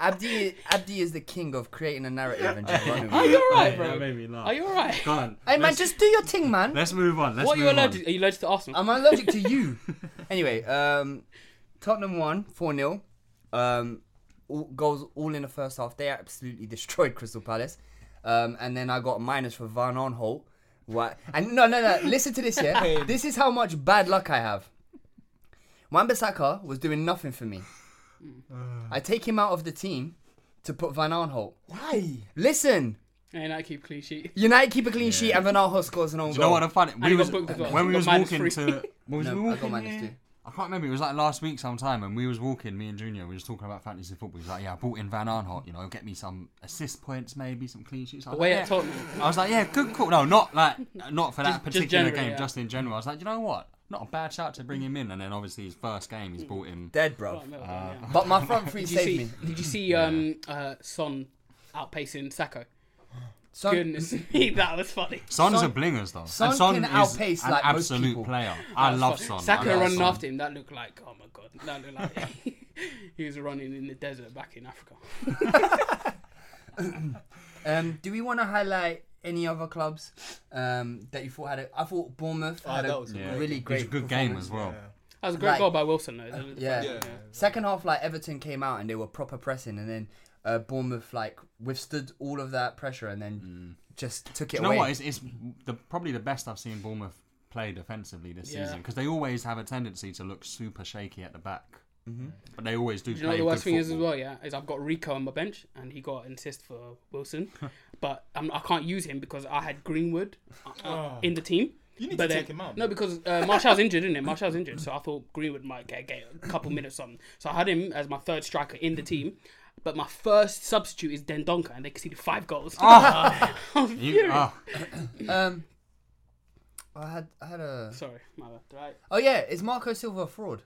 Abdi, Abdi is the king of creating a narrative and just running. with it. you alright, That bro? made me laugh. Are you alright? Go on. Hey, man, let's, just do your thing, man. let's move on. Let's What are you move on. allergic? Are you allergic to Arsenal? I'm allergic to you. Anyway, um, Tottenham won 4 0. Um, all, goals all in the first half. They absolutely destroyed Crystal Palace. Um, and then I got minus for Van Aanholt. What? And no, no, no. Listen to this, yeah? This is how much bad luck I have. Wan Bissaka was doing nothing for me. I take him out of the team to put Van Aanholt. Why? Listen, And I keep clean sheet. United keep a clean sheet and Van Aanholt scores an own Do you goal. know what I find? he We got was, booked as well. when we He was got minus walking three. to. When was No, we I got walking minus here? two. I can't remember. It was like last week sometime, and we was walking, me and Junior. We was talking about fantasy football. He's like, "Yeah, I bought in Van Arnholt. You know, get me some assist points, maybe some clean sheets." I was Away like, at "Yeah." Tottenham. I was like, "Yeah, good call." No, not like not for that Just- just particular generally, game, yeah. just in general. I was like, "You know what? Not a bad shout to bring him in." And then obviously his first game, he's brought in. Dead, bro. Can't remember, Uh, yeah. But my front three Did you saved see? me. Did you see um, uh, Son outpacing Sacco? Son, Goodness me, that was funny. Son's Son- a blingers though. Son and Son can is outpace, an like, most absolute people. player. I That's love fun. Son. Saka I love running Son. after him, that looked like oh my god, that looked like he was running in the desert back in Africa. um, do we want to highlight any other clubs um, that you thought had a? I thought Bournemouth Oh, had that a was a Yeah. really It was great, a good game performance. as well. That was a great Like- goal by Wilson though. That was- Yeah. Yeah. Second half, like Everton came out and they were proper pressing, and then uh, Bournemouth like withstood all of that pressure and then just took it Mm. You know away. what? It's, it's the, probably the best I've seen Bournemouth play defensively this Yeah. season because they always have a tendency to look super shaky at the back. Mm-hmm. But they always do Do you know play what the worst good thing is as football. well? Yeah, is I've got Rico on my bench and he got an assist for Wilson, but um, I can't use him because I had Greenwood uh, uh, in the team. Oh. You need to But then- take him out. No, because uh, Marshall's injured, isn't it? Marshall's injured, so I thought Greenwood might get, get a couple minutes something. So I had him as my third striker in the team, but my first substitute is Dendonka, and they conceded five goals. I'm You, furious. ah, Um, I had I had a. Sorry, my bad. Did I- Oh yeah, is Marco Silva a fraud?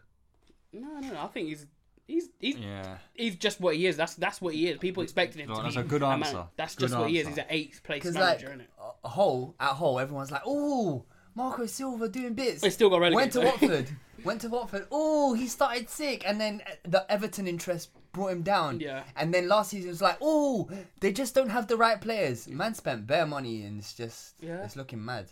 No, no, no. I think he's he's he's, yeah. he's just what he is. That's that's what he is. People expected him No, to that's be. a good man- answer. That's Good just what he is. answer. He's an eighth place Because manager, like isn't it? a whole at whole, everyone's like, oh, Marco Silva doing bits. They still got Went relegated. to though. Watford. Went to Watford. Oh, he started sick, and then uh, the Everton interest brought him down. Yeah. And then last season it was like, oh, they just don't have the right players. Man spent bare money, and it's just, Yeah. it's looking mad.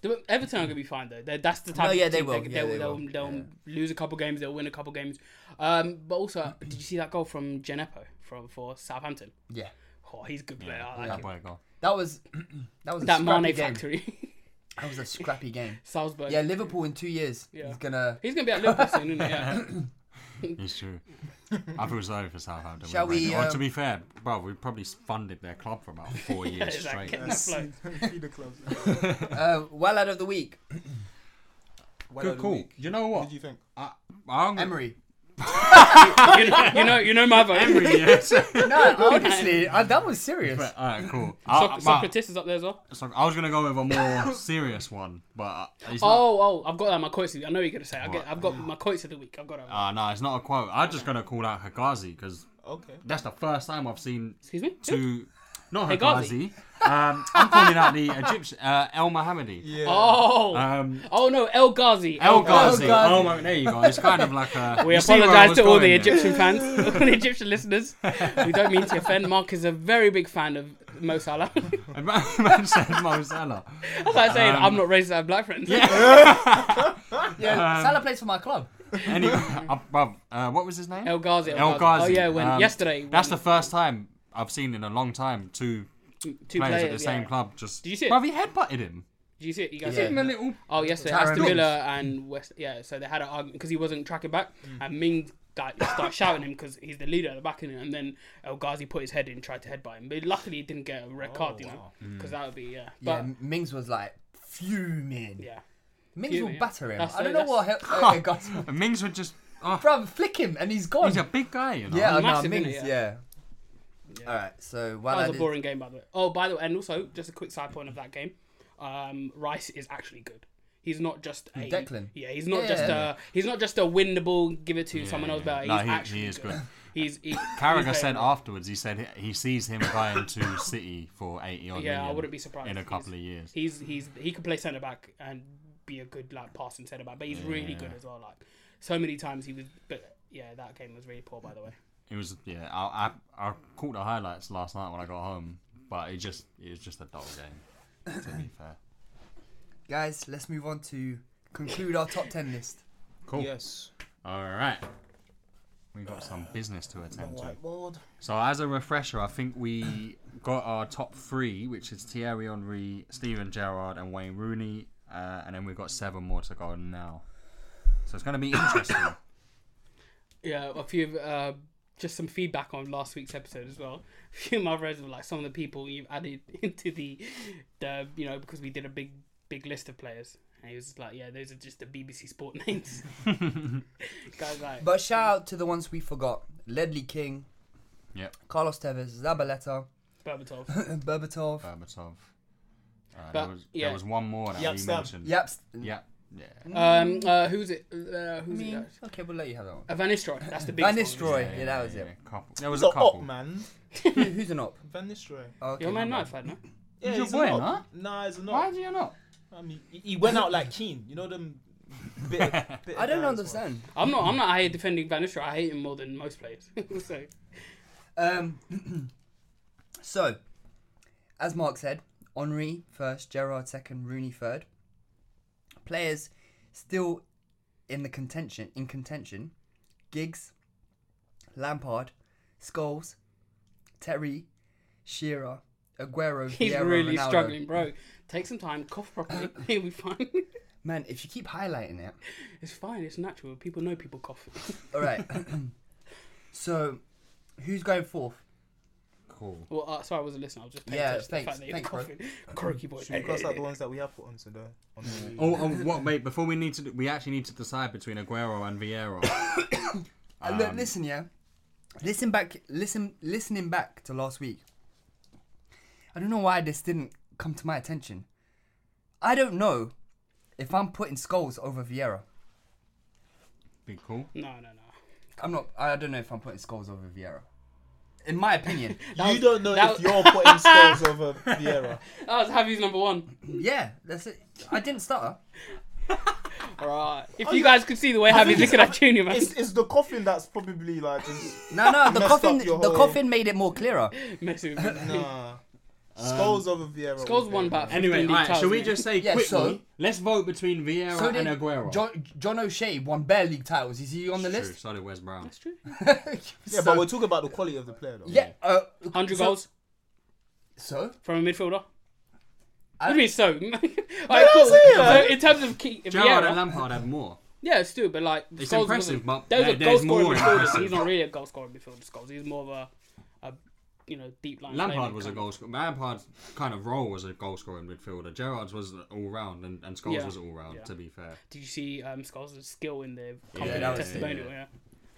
The- Everton are gonna be fine though. They're, that's the type. No, of yeah, they team will. They, Yeah, they will. will. They'll, they'll lose a couple games. They'll win a couple games. Um, but also, did you see that goal from Genepo from for Southampton? Yeah. Oh, he's a good player. I like That him. boy got. That was that was a That scrappy Mane game. factory, That was a scrappy game. Salzburg. Yeah, Liverpool in two years Yeah. is gonna. he's gonna be at Liverpool soon, isn't he? Yeah. It's true. I feel sorry for Southampton. Shall We're we, right now. Well, to um, be fair, bro, we probably funded their club for about four years Like, straight. getting that flow. Feeder clubs. Uh, well out of the week, Good call. You know what? What do you think? I, I'm, Emery. you, know, you know, you know my vote. Emery, yes. All No, honestly, I, that was serious. right, cool. So- I, I, Socrates is up there as well. so- I was gonna go with a more serious one, but uh, it's not- Oh, oh, I've got that. My quotes. Of the, I know you're gonna say. I get, I've got my quotes of the week. I've got that. Uh, no, it's not a quote. I'm just gonna call out Hagazi because Okay. that's the first time I've seen Excuse me. Who? two. Not Higazi? Hagazi. Um, I'm calling out the Egyptian uh, El Mohammedi. Yeah. Oh, Um, oh no, El Ghazi. El Ghazi. El Ghazi. Oh my, there you go. It's kind of like a. We you see where I apologise was to all the going there. Egyptian fans, all the Egyptian listeners. We don't mean to offend. Mark is a very big fan of Mo Salah. A man- a man said Mo Salah. That's like saying Um, I'm not racist. I have black friends. yeah, Salah plays for my club. Anyway, uh, bruv, uh, what was his name? El Ghazi. El Ghazi. Oh yeah, when Um, yesterday. That's when the first time I've seen in a long time two two players, at the same yeah. club just. Did you see it? Bruv, he headbutted him. Do you see it? You guys Yeah. see it? In a little Oh, yesterday, Tyron Aston Mings. Villa and West. Yeah, so they had an argument because he wasn't tracking back, Mm. and Ming like started shouting him because he's the leader at the back of it, and then El Ghazi put his head in, tried to headbutt him, but luckily he didn't get a red Oh, card, you know, Mm. because that would be yeah. Yeah, But M- Mings was like fuming. yeah, Mings will Fuming, yeah. batter him. That's I don't so- know what. He- okay, got him. And Mings would just. Oh, Bruv, flick him and he's gone. he's a big guy, you know. yeah, no, massive, Mings. innit? Yeah. All right. So that while I was a did- boring game by the way. Oh, by the way, and also just a quick side point of that game, um, Rice is actually good. He's not just a Declan. Yeah, he's not Yeah. just a he's not just a win the ball, give it to someone else. But he's No, he- he actually is good. good. He's he, he's Carragher very said good. afterwards, he said he he sees him going to City for 80 odd Yeah, I million wouldn't be surprised in a if couple he's- of years. He's he's he could play centre back and be a good like passing centre back, but he's really good as well. Like so many times he was, but yeah, that game was really poor by the way. It was yeah. I, I I caught the highlights last night when I got home, but it just it was just a dull game. To be fair, guys, let's move on to conclude our top ten list. cool. Yes. All right, we got some business to attend to. Lord. So as a refresher, I think we got our top three, which is Thierry Henry, Steven Gerrard, and Wayne Rooney, uh, and then we've got seven more to go now. So it's going to be interesting. Yeah, a few of uh, just some feedback on last week's episode as well. A few of my friends were like some of the people you've added into the the you know because we did a big big list of players. And he was just like, yeah, those are just the BBC Sport names. Guys like, But shout out to the ones we forgot: Ledley King, Yep. Carlos Tevez, Zabaleta, Berbatov. Berbatov. Berbatov. Uh, But, there, was, yeah. there was one more that we Yapstam. mentioned. Yep. Yeah. Yeah. um, uh, who's it? Uh, who's it? Uh, Okay, we'll let you have that one. Uh, Van Nistelrooy. That's the big Van Nistelrooy. Yeah, that was yeah, it. a couple. There was The a couple. op man, Who- Who's an op? Van Nistelrooy. Okay. Your man might have had, no? Yeah, your a boy, knob. huh? Nah, he's a Why knob. do you not? I mean, he he went out like Keane. You know them. Bit of, bit of I don't guys, understand. I'm not. I'm not out here defending Van Nistelrooy. I hate him more than most players. so Um, so, as Mark said, Henri first, Gerard second, Rooney third. Players still in the contention in contention: Giggs, Lampard, Scholes, Terry, Shearer, Aguero. he's Vieira, really Ronaldo. struggling, bro. Take some time, cough properly. He'll be fine. Man, if you keep highlighting it, it's fine. It's natural. People know people cough. all right. so, who's going fourth? Cool. well, uh, sorry, I wasn't listening. I was just paying Yeah, attention to thanks, the fact that thanks, you're bro. coughing. Croaky boy. Should we cross out the ones that we have put onto the? Onto the Oh, oh, what? Wait, before we need to, do, we actually need to decide between Aguero and Vieira. And Um, look, listen, yeah. Listen back, listen, listening back to last week. I don't know why this didn't come to my attention. I don't know if I'm putting Skulls over Vieira. Be cool. No, no, no. I'm not. I don't know if I'm putting Skulls over Vieira. In my opinion, You don't know that if you're putting skulls over Vieira. That was Javi's number one. yeah, that's it. I didn't stutter. All right. If you guys could see the way Javi's looking at Junior, man, It's, it's the coughing that's probably like. Just, No, no, Messed the up coffin, your the whole- coffin made it more clearer. messing with me. nah. Skulls over Vieira. Skulls would won be- about Anyway, all 15 league right, titles, shall we mate. just say Yeah, quickly? so- let's vote between Vieira and Aguero. John, John O'Shea won bare league titles. Is he on the True. list? So did Wes Brown. That's true. Yeah, but we're talking about the quality of the player, though. Yeah. Uh, 100 so- goals So from a midfielder. I- I mean, so. All right, cool. So, in terms of key, Gerrard Vieira- and Lampard had more. Yeah, it's true, but like it's impressive, but those there- are goal there's scoring more midfielders. impressive. He's not really a goal scorer midfielder. Scholes. He's more of a, a you know, deep line. Lampard playmaker. was a goal scorer. Lampard's kind of role was a goal scoring midfielder. Gerrard's was all round, and, and Scholes Yeah. was all round. Yeah. To be fair, Did you see um, Scholes' skill in the that company was- testimonial? Yeah, yeah.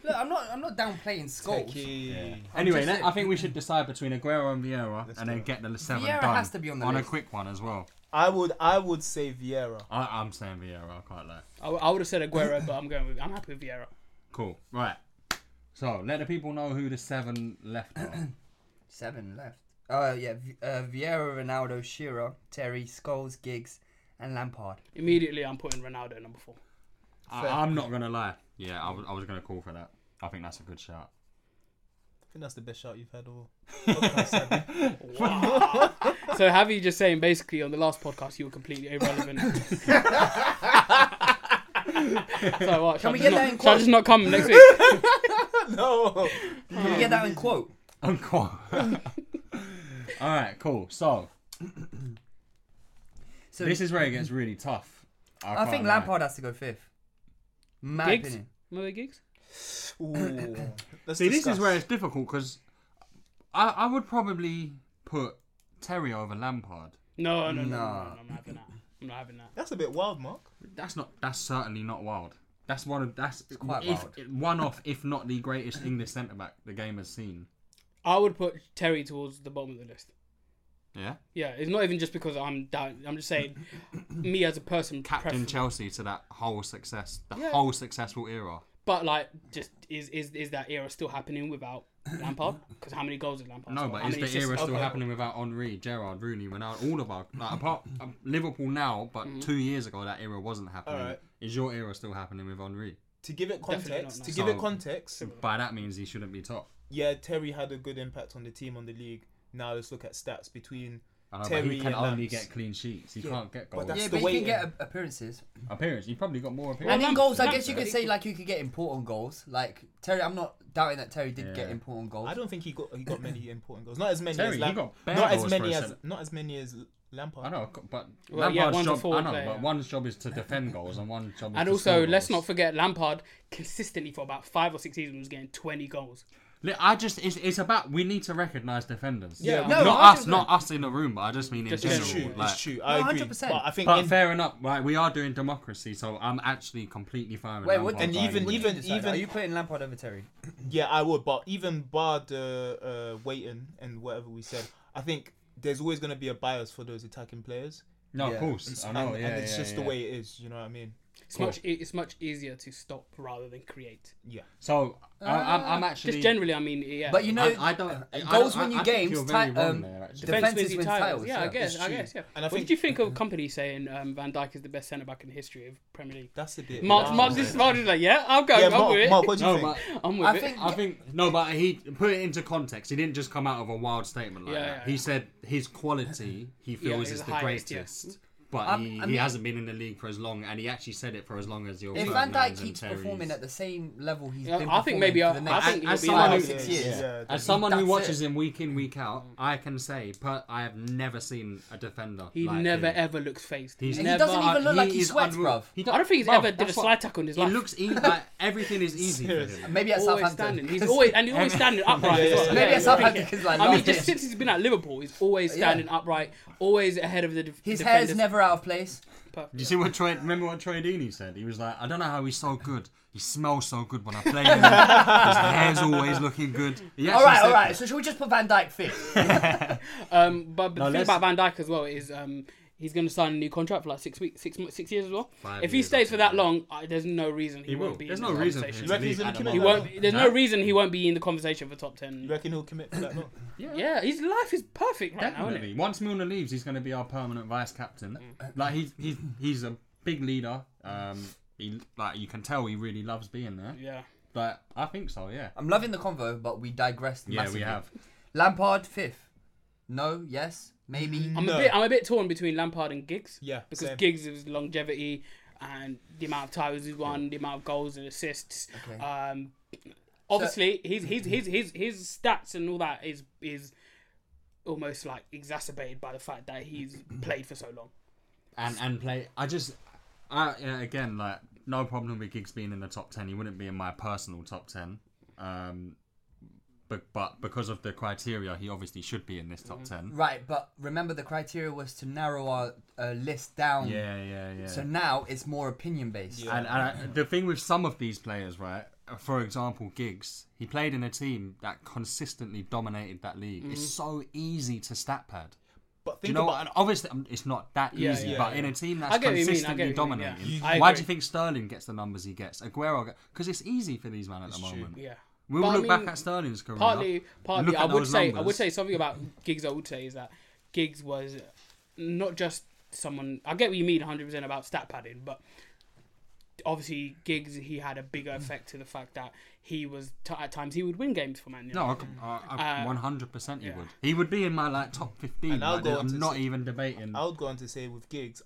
look, I'm not. I'm not downplaying Skulls. Anyway, just let- saying. I think we should decide between Aguero and Vieira, and then get the seven Vieira done has to be on the a list. quick one as well. I would, I would say Vieira. I, I'm saying Vieira. I can't lie. I, I would have said Aguero, but I'm going with I'm happy with Vieira. Cool. Right. So let the people know who the seven left are. Seven left. Oh yeah, V- uh, Vieira, Ronaldo, Shearer, Terry, Scholes, Giggs, and Lampard. Immediately, I'm putting Ronaldo number four. I, I'm not gonna lie. Yeah, I was, I was gonna call for that. I think that's a good shot. I think that's the best shot you've had all. So Javi just saying basically on the last podcast you were completely irrelevant. so what? Can we get I just not, that in Shall I quote? just not come next week? no. Can we get that in quote? Unquote. All right. Cool. So So this is where it gets really tough. I can't think lie. Lampard has to go fifth. My Gigs, opinion. Mo Gigs. Ooh. Let's See, this discuss. is where it's difficult because I, I would probably put Terry over Lampard. No, no, no, no, no, no, I'm not having that. I'm not having that. That's a bit wild, Mark. That's not. That's certainly not wild. That's one of that's quite if, wild. one off, if not the greatest English centre back the game has seen. I would put Terry towards the bottom of the list. Yeah, Yeah, it's not even just because I'm down. I'm just saying, me as a person, captain preference. Chelsea to that whole success, the whole successful era. But like, just is is is that era still happening without Lampard? Because how many goals did Lampard? No, score? but How is many the assists- era still okay. happening without Henri, Gerard, Rooney, Ronaldo, all of our like, apart um, Liverpool now? But two years ago, that era wasn't happening. Mm-hmm. Alright. Is your era still happening with Henri? To give it context, not to nice. give it So- context, By that means, he shouldn't be top. yeah, Terry had a good impact on the team, on the league. Now let's look at stats between Oh, I know, but Terry he can and only Lamps. get clean sheets. He can't get but goals. that's Yeah, It's but the you can way get in. a- appearances. Appearance. You probably got more And appearance. in Lamp- goals, I Lamp- guess you could say like you could get important goals. Like Terry, I'm not doubting that Terry did get Yeah. important goals. I don't think he got he got many important goals. Not as many Terry, as he Lam- got bare not as goals many for a as centre- not as many as Lampard. I know, but Well, yeah, Lampard's one's a job. I forward know, player. but one's job is to defend goals, and one job. Is And to score also, let's goals. not forget Lampard consistently for about five or six seasons was getting twenty goals. Li- I just it's, it's about we need to recognise defenders. Yeah. not No, us, not us in the room, but I just mean in Just general. It's true. like- it's true. I agree. 100%. But I think But in- fair enough, right? We are doing democracy, so I'm actually completely fine with Wait, what? Lampard And even- signing. even- Decide. even- are you putting Lampard over Terry? Yeah, I would, but even bar the uh, waiting and whatever we said, I think there's always going to be a bias for those attacking players. no, Yeah. of course, I And, know, and yeah, it's yeah, just yeah. the way it is, you know what I mean? It's much. e- It's much easier to stop rather than create. Yeah. So I, I'm, I'm actually Just generally, I mean, yeah. But you know, I- I don't- I don't- goals I- win you I think games. you're Ti- very wrong um, there, actually. defenses win titles. Yeah, I guess. I true. guess. Yeah. And I what think- did you think of company saying um, Van Dijk is the best centre back in the history of Premier League? That's a bit. Mark, Wow. Mark, this Mark is like, yeah, I'm going. yeah, I'm with Mark, it. Mark, what do you No, think? but I'm with I it. think I think no, but he put it into context. He didn't just come out of a wild statement like Yeah, that. yeah, He yeah. said his quality he feels it's is the the highest, yeah. greatest. But Um, he, I he mean- hasn't been in the league for as long, and he actually said it for as long as your. If Van Dijk Fernandes and keeps Terrys. performing at the same level he's Yeah, been I think maybe performing I- for the I next think I- he'll as be someone five who- or like. six Yeah, years. yeah, As someone who That's watches it. him week in week out, I can say, per, I have never seen a defender. He like never him. ever looks phased. He's he never, doesn't even look like he is sweats, bruv. don't- I don't think he's bruv, ever did a that's what- slide tackle in his He life. looks easy. Like, everything is easy for him. Maybe at always Southampton. standing. He's always and he's always standing upright. as well. Maybe Yeah, it's yeah, upright yeah. because, like, I mean, last just year- since he's been at Liverpool, he's always Yeah. standing upright, always ahead of the def- His defenders. hair's never out of place. Do you see what Troy? Remember what Troy Deeney said? He was like, "I don't know how he's so good. He smells so good when I play him. His hair's always looking good." He All actually right, said all right. that. So should we just put Van Dijk fifth? Um, but but No, the thing let's- about Van Dijk as well is um, he's going to sign a new contract for like six weeks, six mo- six years as well. Five if he years, I stays for think, that yeah. long, I, there's no reason he, He will. won't be. There's in no the reason for conversation. him You to leave reckon at he's gonna the commit moment. He won't. There's no Huh? reason he won't be in the conversation for top You ten. reckon he'll commit for that long? Yeah, his life is perfect right now, isn't Definitely. it? Once Milner leaves, he's going to be our permanent vice captain. Uh, Like he's he's he's a big leader. Um, he like you can tell he really loves being there. Yeah. But I think so. Yeah. I'm loving the convo, but we digressed Yeah, massively. we have. Lampard fifth. No, yes, maybe. I'm No. a bit I'm a bit torn between Lampard and Giggs. Yeah, Because same. Giggs is longevity and the amount of titles he's won, the amount of goals and assists. Um obviously his, his his his his stats and all that is is almost like exacerbated by the fact that he's played for so long. and and play. I just, I yeah, again like no problem with Giggs being in the top ten. He wouldn't be in my personal top ten, um, but but because of the criteria, he obviously should be in this top ten. Right, but remember the criteria was to narrow our uh, list down. Yeah, yeah, yeah. So now it's more opinion based. and and I, the thing with some of these players, right? For example, Giggs, he played in a team that consistently dominated that league. Mm. It's so easy to stat pad. But Do you think know about what? And obviously, um, it's not that Yeah, easy, yeah, but yeah. in a team that's I get what you mean, I consistently get what you mean, yeah. dominating, why I do agree. you think Sterling gets the numbers he gets? Aguero, because it's easy for these men at the moment. Yeah. We'll But I look mean, back at Sterling's career. partly partly look I at would those say I would numbers. say something about Giggs I would say is that Giggs was not just someone I get what you mean 100% about stat padding but obviously Giggs he had a bigger Mm. effect to the fact that he was t- at times he would win games for Man United. No, I- uh, I- I- 100% he Uh, yeah. would. He would be in my like top 15. And I'll like, go on to I'm not say- even debating. I would go on to say with Giggs,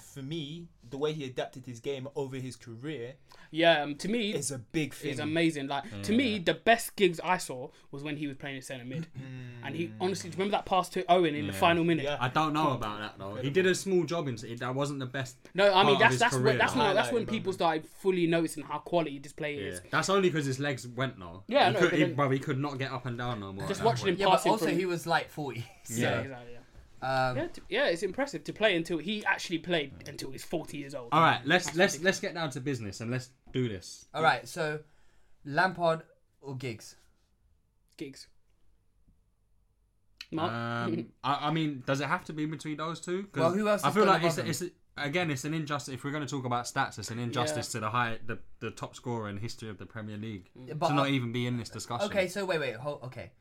for me, the way he adapted his game over his career Yeah, um, to me is a big thing. is amazing. Like to me, the best gigs I saw was when he was playing in centre mid, Mm. and he honestly do you remember that pass to Owen in the final minute. Yeah. I don't know about that though. He did a small job in it. That wasn't the best. No, I part mean of that's his that's career, when, that's though. when that's when Highlight people started fully noticing how quality this player Yeah. is. That's only because his legs went though. Yeah, he no, could, but he, then- bruv, he could not get up and down no more. Just at that watching him point. Yeah, but Passing also from- he was like 40. So, Yeah, Yeah. exactly. Yeah. um, Yeah, t- yeah, it's impressive to play until he actually played until he's forty years old. All right, let's let's let's get down to business and let's do this. All right, so Lampard or Giggs? gigs. Mark, Um, I, I mean, does it have to be between those two? 'Cause Well, who else I is feel gonna like it's, bother? it's again, it's an injustice. If we're going to talk about stats, it's an injustice to the high, the, the top scorer in history of the Premier League but to not I- even be in this discussion. Okay, so wait, wait, hold, okay.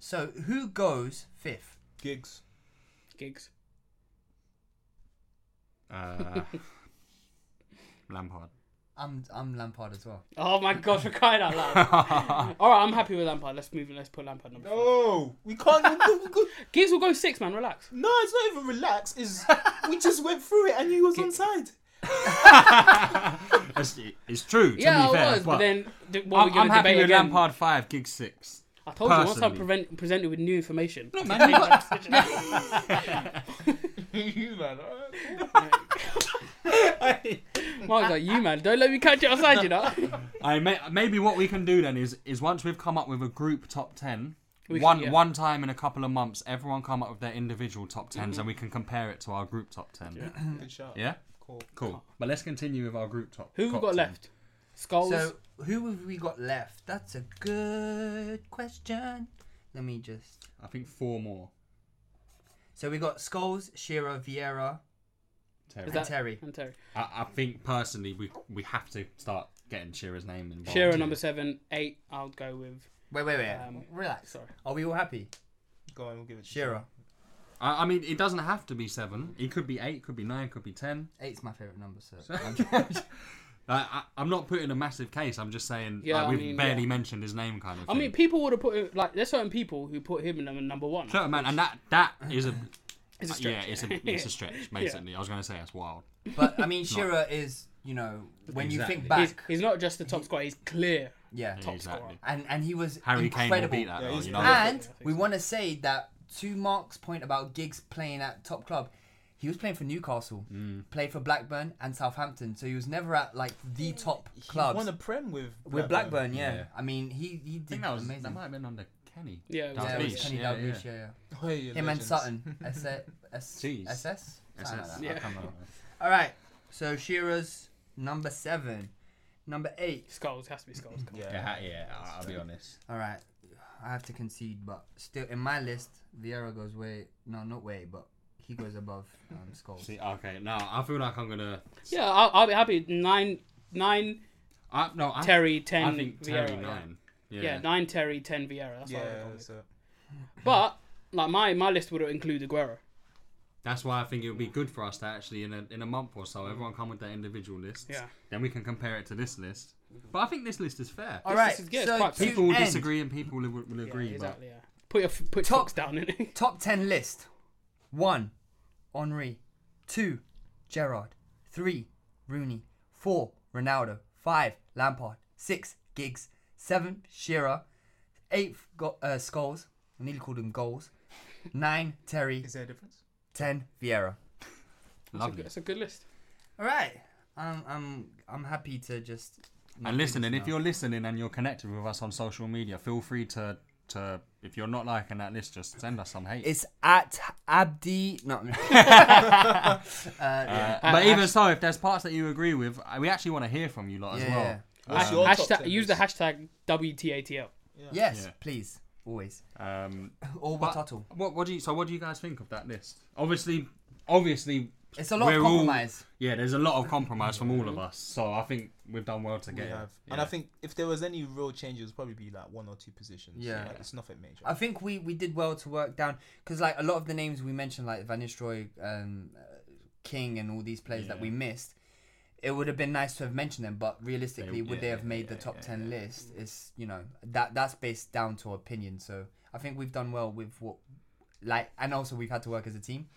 So who goes fifth? Giggs. gigs. Uh, Lampard. I'm I'm Lampard as well. Oh my gosh, we're crying out loud. All right, I'm happy with Lampard. Let's move. Let's put Lampard number. four. Oh, we can't. we could- we could- Giggs will go six, man. Relax. no, it's not even relax. Is we just went through it and he was on side. It's, it's true. To yeah, be I fair, was. But then, th- what are I'm, we going I'm to happy debate with again? Lampard five, Gig six. I told you once I'm personally. prevent- presented with new information. you man. alright. Mark's like, you man, don't let me catch you outside, you know. I may, maybe what we can do then is is once we've come up with a group top ten, We can- one yeah. one time in a couple of months, everyone come up with their individual top 10s Mm-hmm. and we can compare it to our group top ten. Yeah, Good shout. Cool. cool. But let's continue with our group top. Who we top got 10. left? Skulls. So, who have we got left? That's a good question. Let me just. I think four more. So we got Skulls, Shiro, Vieira, Terry. Is and Terry. and Terry. I, I think personally we we have to start getting Shearer's name involved. Shearer number seven, eight. I'll go with. Wait, wait, wait. Um, Relax. sorry. Are we all happy? Go on, we'll give it to Shiro. I, I mean, it doesn't have to be seven. It could be eight. Could be nine. Could be ten. Eight's my favorite number, so. I, I, am not putting a massive case. I'm just saying Yeah, like, I we've mean, barely yeah. mentioned his name, kind of. I thing. mean, people would have put him, like there's certain people who put him in number- number one. certain man, and that that is a, It's a Uh, yeah, stretch. it's a it's a stretch. Basically, I was going to say that's wild. but, I mean, Shiro is, you know, when you Exactly. think He's, back. he's not just the top scorer. He's clear. yeah. Yeah, exactly. scorer. And, and he was. Harry Kane will incredible. beat that. though, he's you know. And think we want to say that to Mark's point about gigs playing at top club, he was playing for Newcastle, Mm. played for Blackburn and Southampton, so he was never at like the top He clubs. won a prem with With Blackburn, yeah. Yeah. I mean, he he I think did that was amazing. that might have been under Kenny. Yeah, it was yeah, it was Dalglish, Kenny yeah, Dalglish, yeah. yeah, yeah. Hey, you Him and Oh, legends. Sutton, S- S- Jeez. SS, Something like SS, that. I can't remember. All right, so Shearer's number seven, number eight. Skulls has to be skulls. Come on. Yeah. Yeah, yeah, I- I'll be honest. All right, I have to concede, but still in my list, Vieira goes way. No, not way, but he goes above um, Scholes. See, okay, no, I feel like I'm gonna. Yeah, I'll, I'll be happy. Nine, nine. I, no, I, Terry, 10, I think Terry Vieira, yeah. nine. Yeah, Yeah, nine Terry, ten Vieira. That's what I would Yeah, have gone with. so But like my my list would include Aguero. that's why I think it would be good for us to actually in a in a month or so, everyone come with their individual lists. Mm-hmm. Yeah. Mm-hmm. Then we can compare it to this list. But I think this list is fair. All This right, is good, it's so quite to people will end, disagree and people will, will agree. Yeah, but- exactly. Yeah. Put your f- put Top- Fox down in it. Top 10 list. 1. Henri. 2. Gerard. 3. Rooney. 4. Ronaldo. 5. Lampard. 6. Giggs. 7. Shearer. 8. Go- uh, Skulls. I nearly called him Goals. 9. Terry. is there a difference? 10. Vieira. That's a, good, Lovely. that's a good list. All right. I'm, I'm, I'm happy to just. And listen, and if you're listening and you're connected with us on social media, feel free to to if you're not liking that list, just send us some hate. It's at Abdi. No. but even so, if there's parts that you agree with, uh, we actually want to hear from you lot as Yeah, well. yeah. What's your top hashtag, ten use the list? hashtag WTATL. yes, Yeah. please. Always. Um, Or but Watuttle. what what do you so what do you guys think of that list? Obviously, obviously, It's a lot of we're all- compromise. yeah, there's a lot of compromise from all of us. So I think we've done well We together. have, and I think if there was any real changes, it'd probably be like one or two positions. Yeah. Like, it's nothing major. I think we, we did well to work down because like a lot of the names we mentioned, like Van Nistelrooy, um, uh, King, and all these players that we missed, it would have been nice to have mentioned them. But realistically, would they yeah, have made the top ten list? It's you know that that's based down to opinion. So I think we've done well with what like, and also we've had to work as a team.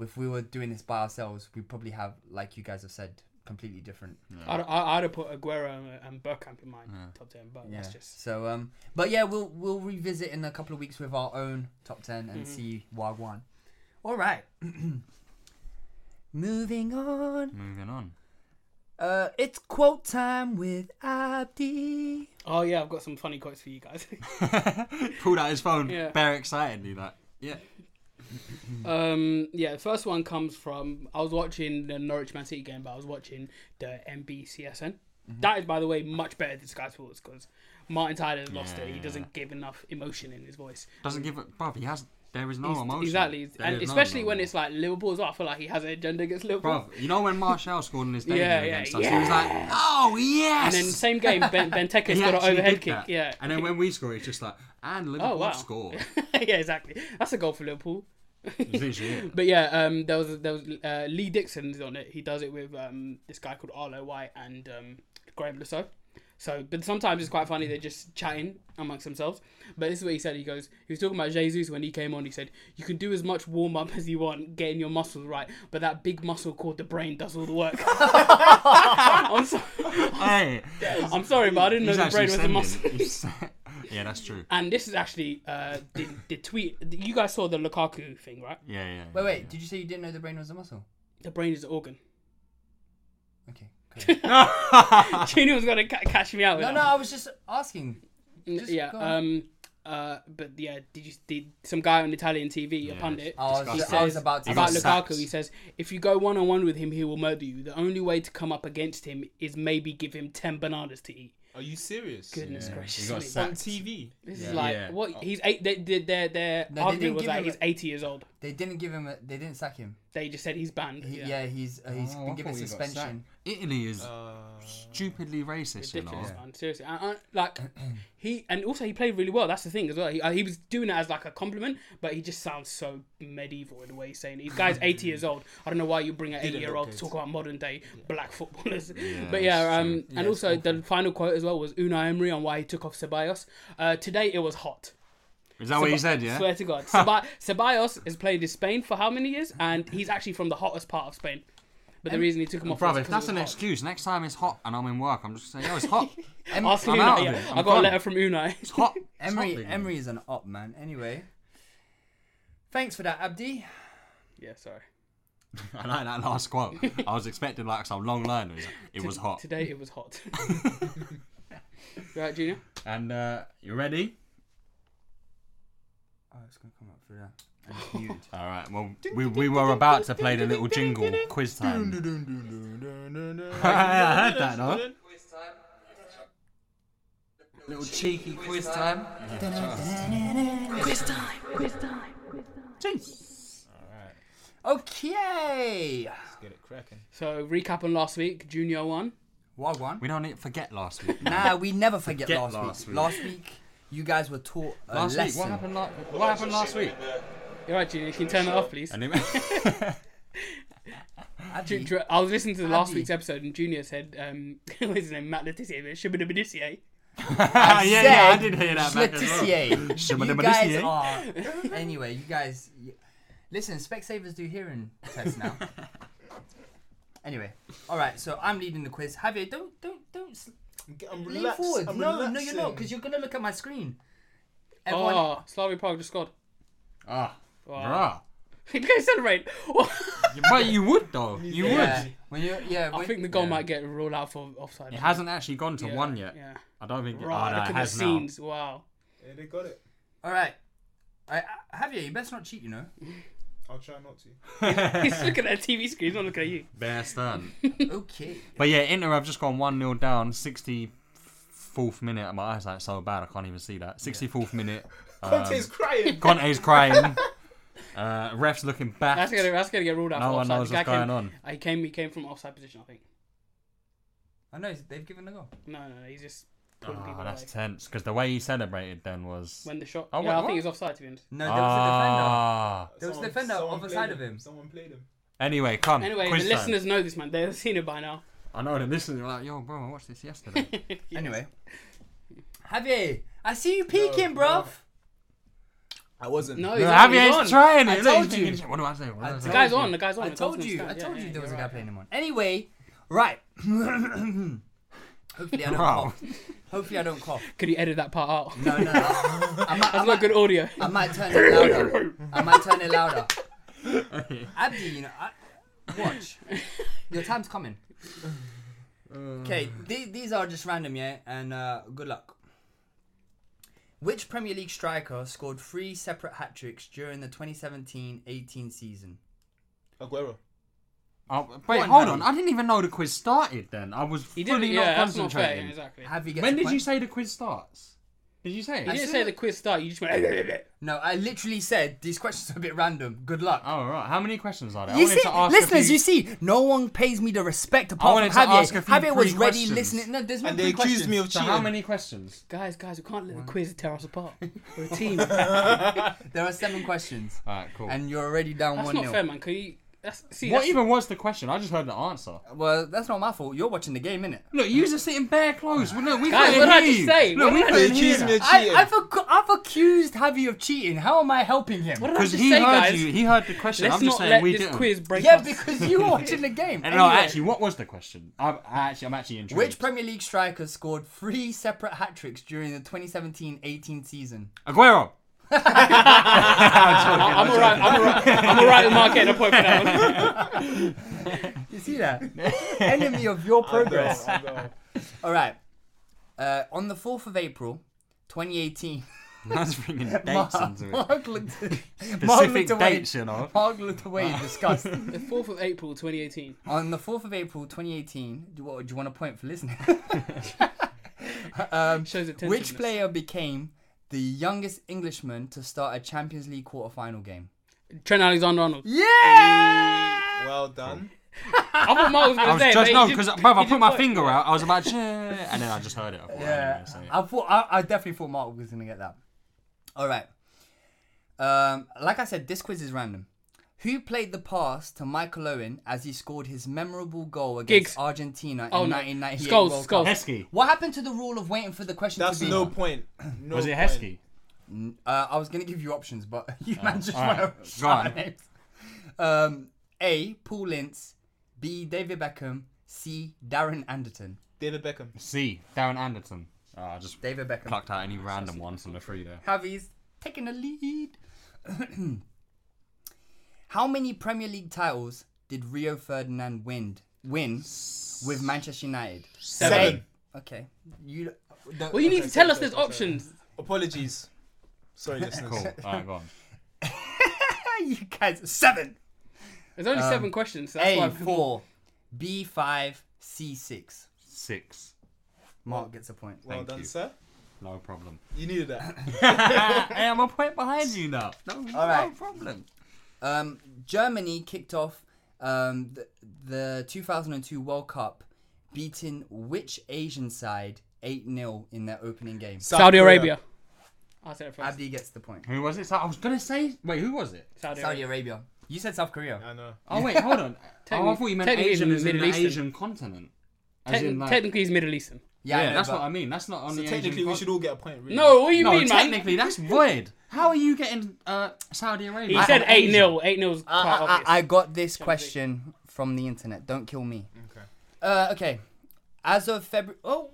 If we were doing this by ourselves, we probably have, like you guys have said, completely different. I'd, I- I'd have put Aguero and, and Burkamp in my top ten, but Yeah. that's just So um, but yeah, we'll we'll revisit in a couple of weeks with our own top ten and Mm-hmm. see why one. All right. Moving on. moving on. Uh, it's quote time with Abdi. Oh yeah, I've got some funny quotes for you guys. Pulled out his phone, Yeah. bare excitedly like yeah. um, yeah, the first one comes from I was watching the Norwich Man City game, but I was watching the NBCSN. Mm-hmm. That is, by the way, much better than Sky Sports because Martin Tyler's lost it. He doesn't give enough emotion in his voice. Doesn't give it, bruv. He has. There is no He's- emotion. Exactly, There and is no especially when emotion. it's like Liverpool as well. I feel like he has an agenda against Liverpool. Bruv, you know when Marshall scored in his debut Yeah, yeah, against us, he was like, "Oh yes!" And then same game, Ben Benteke He scored an actually overhead did kick. that. Yeah, And then when we score, it's just like, "And Liverpool oh wow, score." yeah, exactly. That's a goal for Liverpool. It's literally it. But yeah, um, there was there was uh, Lee Dixon's on it. He does it with um, this guy called Arlo White and um, Graham Lasso. So, but sometimes it's quite funny. They're just chatting amongst themselves. But this is what he said. He goes, he was talking about Jesus when he came on. He said, "You can do as much warm up as you want, getting your muscles right, but that big muscle called the brain does all the work." I'm, so- Hey, I'm sorry, but I didn't know he's the actually brain was a sending. muscle. He's- yeah, that's true. And this is actually uh, the, the tweet. You guys saw the Lukaku thing, right? Yeah, yeah. Wait, wait. Did you say you didn't know the brain was a muscle? The brain is an organ. Okay. Junior was gonna ca- catch me out. With No, that no, I was just asking. N- Just yeah. go on. Um. Uh. But yeah, did you did some guy on Italian TV, a pundit? I was, he Disgusting. I says was about to. He got about sacked. Lukaku, he says if you go one on one with him, he will murder you. The only way to come up against him is maybe give him ten bananas to eat. Are you serious? Oh. Goodness He gracious got me. On sacked. TV. This is like Yeah. what he's eight. They, they, their their No, they didn't argument was give like him he's a- eighty years old. They didn't give him. A, they didn't sack him. They just said he's banned. He, yeah. yeah. he's uh, he's Oh, I been thought given he got suspension. sacked. Italy is Uh, stupidly racist. You know? Ridiculous, man. Seriously, I, I, like he and also he played really well. That's the thing as well. He, uh, he was doing it as like a compliment, but he just sounds so medieval in the way he's saying. it. These guy's eighty years old. I don't know why you bring an Didn't eighty-year-old look to it. talk about modern day black footballers. but that's yeah, um, true. and also the final quote as well was Unai Emery on why he took off Ceballos. Uh, today it was hot. Is that what you said? Yeah. Swear to God, Ceba- Ceballos has played in Spain for how many years? And he's actually from the hottest part of Spain. But the reason he took him off, Brother, if was 'cause that's it an was hot. excuse, next time it's hot and I'm in work, I'm just saying, oh, it's hot. Em- Ask I'm Unai, out of yeah. it. I'm I got a gone. letter from Unai. It's hot. It's hot, Emery big Emery is an op man. Anyway, thanks for that, Abdi. yeah, sorry. man. I like that last quote. I was expecting like some long line. It was, it was hot. Today it was hot. right, Junior? And uh, you ready? Oh, it's gonna come up for that. And it's muted. All right. Well, we, we were about to play the little jingle quiz time. I heard that, no? Little cheeky quiz time. Quiz time. Quiz time. Okay. Let's get it cracking. So, recap on last week. Junior won. What one? We don't need to forget last week. Nah, we never forget Forget last, last week. week. Last week, you guys were taught a Last lesson. week, what happened? La- what happened last week? You're right, Junior. Can you turn that off, please? And it- Abdi, Ju- dr- I was listening to the last Andy. week's episode, and Junior said, um, "What's his name? Matt Letitia, but Shibidibidisier." Ah, yeah, yeah, I said did hear that back as well. Letitia. you Shibboleth guys Letitia. are. Anyway, you guys. y Listen, Specsavers do hearing tests now. anyway, all right. So I'm leading the quiz. Javier, don't, don't, don't. Sl- I'm lean relaxed. forward. I'm no, no, relaxing. you're not, because you're gonna look at my screen. Everyone, Oh, Slavia Prague just scored. Ah, Wow. bruh. you guys celebrate. But you would though. You yeah. would. When you're, yeah. I when- think the goal might get ruled out for offside. It hasn't actually gone to Yeah, one yet. Yeah. I don't think. Right, oh, no, look it at the has now. scenes. Wow. Yeah, they got it. All right. I, I have you. You best not cheat. You know. I'll try not to. He's looking at a TV screen. He's not looking at you. Bear Stern. okay. but yeah, Inter have just gone one 0 down. Sixty fourth minute. My eyesight's so bad I can't even see that. Sixty fourth minute. um, Conte's crying. Conte's crying. uh, refs looking back. That's gonna, that's gonna get ruled out. No for one offside. knows The guy what's going came, on. I came, he came from offside position, I think. I know they've given a go. No, no, no, he's just pulling Oh, people that's away. tense because the way he celebrated then was. When the shot, Oh, yeah, wait, I what? think he's offside to be honest. No, there was Ah. There was a Someone- defender someone on the played side of him. Someone played him. Anyway, come. Anyway, quiz the time. listeners know this man; they've seen it by now. I know the listeners are like, yo, bro, I watched this yesterday. a defender. Anyway, Javier, I see you peeking, bruv. I wasn't. No, he's no, on, he's Javier's on. trying it. I Look, told he's you. thinking, what do I say? What do I, I say? The guy's on. The guy's on. I the told goal's you. on I stand. told Yeah, you yeah, there was a you're guy right. playing him on. Anyway, right. Hopefully I don't Wow. cough. Hopefully I don't cough. Could you edit that part out? No, no. I might, I That's not might, good audio. I might turn it louder. I might turn it louder. Abdi, you know, I, watch. Your time's coming. Okay, Uh. the- these are just random, yeah, and uh, good luck. Which Premier League striker scored three separate hat tricks during the 2017-18 season? Aguero. Oh, wait, One hold man. on. I didn't even know the quiz started then. I was He fully didn't. not Yeah, that's not fair. concentrating. Exactly. Have you get when the did point? you say the quiz starts? Did you say You it? didn't say the quiz start. You just went. No, I literally said these questions are a bit random. Good luck. Oh, right. How many questions are there? I You wanted see, to ask listeners, if you, you see, no one pays me the respect I apart wanted from to ask a Javier. few Javier was ready free questions. listening. No, there's no And free they accused questions. me of So cheating. how many questions? Guys, guys, we can't let the quiz tear us apart. We're a team. There are seven questions, All right, cool. and you're already down That's one not nil. fair, man. Can you? That's, see, what that's, even was the question? I just heard the answer. Well, that's not my fault. You're watching the game, innit? Look, you are sitting bare clothes. Well, look, we Guys, couldn't what did I hear just you. say? Look, What we did I couldn't just hear say? that. They accused me of I, cheating. I've, ac- I've accused Javier of cheating. How am I helping him? What did I Because just he say, heard guys? you. He heard the question. Let's I'm just not saying let we this didn't. quiz break Yeah, us. because you're watching the game. And No, Anyway, actually, what was the question? I'm I actually, I'm actually intrigued. Which Premier League striker scored three separate hat tricks during the 2017-18 season? Aguero. I'm alright. I'm alright. I'm alright with Mark getting a point for that one. You see that? Enemy of your progress. I know, I know. All right. Uh, on the 4th of April, 2018. That's bringing dates into it. Mark looked, Mark Specific looked away. dates, you know. Mark looked away Ah. in disgust. The 4th of April 2018. on the 4th of April, 2018, do, what, do you want a point for listening? um, Shows attentiveness. which player became the youngest Englishman to start a Champions League quarterfinal game? Trent Alexander Arnold. Yeah! Well done. I thought Mark was going I to was say it, just but no, he because just- bruv, I he put just my put- finger out. I was about, "Yeah," and then I just heard it. I thought, Yeah, "Oh, I thought I, I definitely thought Mark was gonna get that. All right. Um, like I said, this quiz is random. Who played the pass to Michael Owen as he scored his memorable goal against Gigs. Argentina in Oh, no. 1998 Scholes, World Scholes. Cup? Heskey. What happened to the rule of waiting for the question That's to be? no point. No Was it point. Heskey? Uh, I was gonna give you options, but you managed just all right. want to Go on. Um, A. Paul Lintz. B. David Beckham. C. Darren Anderton. David Beckham. C. Darren Anderton. Oh, I just David Beckham. plucked out any random ones from the three there. Javi's taking the lead. How many Premier League titles did Rio Ferdinand win win with Manchester United? Seven. Okay, you Well, you need to tell us Um, there's options. Apologies. Sorry, listeners. Cool. All right, go on. you guys seven. There's only seven questions. So that's why um, A I'm- four, B five, C six. Six. Mark gets a point. Well Thank done, you. sir. No problem. You needed that. hey, I'm a point behind you now. No, no right. problem. Um, Germany kicked off um, the, the 2002 World Cup, beating which Asian side 8 0 in their opening game? Saudi Korea. Arabia. I said it first. Abdi gets the point. Who was it? So- I was gonna say. Wait, who was it? Saudi Saudi Arabia. Arabia. You said South Korea. I know. Oh wait, hold on. oh, I Technically- thought you meant technically Asian in as in Middle the Eastern. Asian continent. As Techn- in, like- technically, he's Middle Eastern. yeah, I know, that's but what I mean. That's not on the So technically, Asian we con- should all get a point. Really. No, what do you no, mean, man? technically that's void. How are you getting uh, Saudi Arabia? He said from eight Asia? 0 Eight 0 is I, quite I- obvious. I got this question from the internet. Don't kill me. Okay. Uh, okay. As of February. Oh.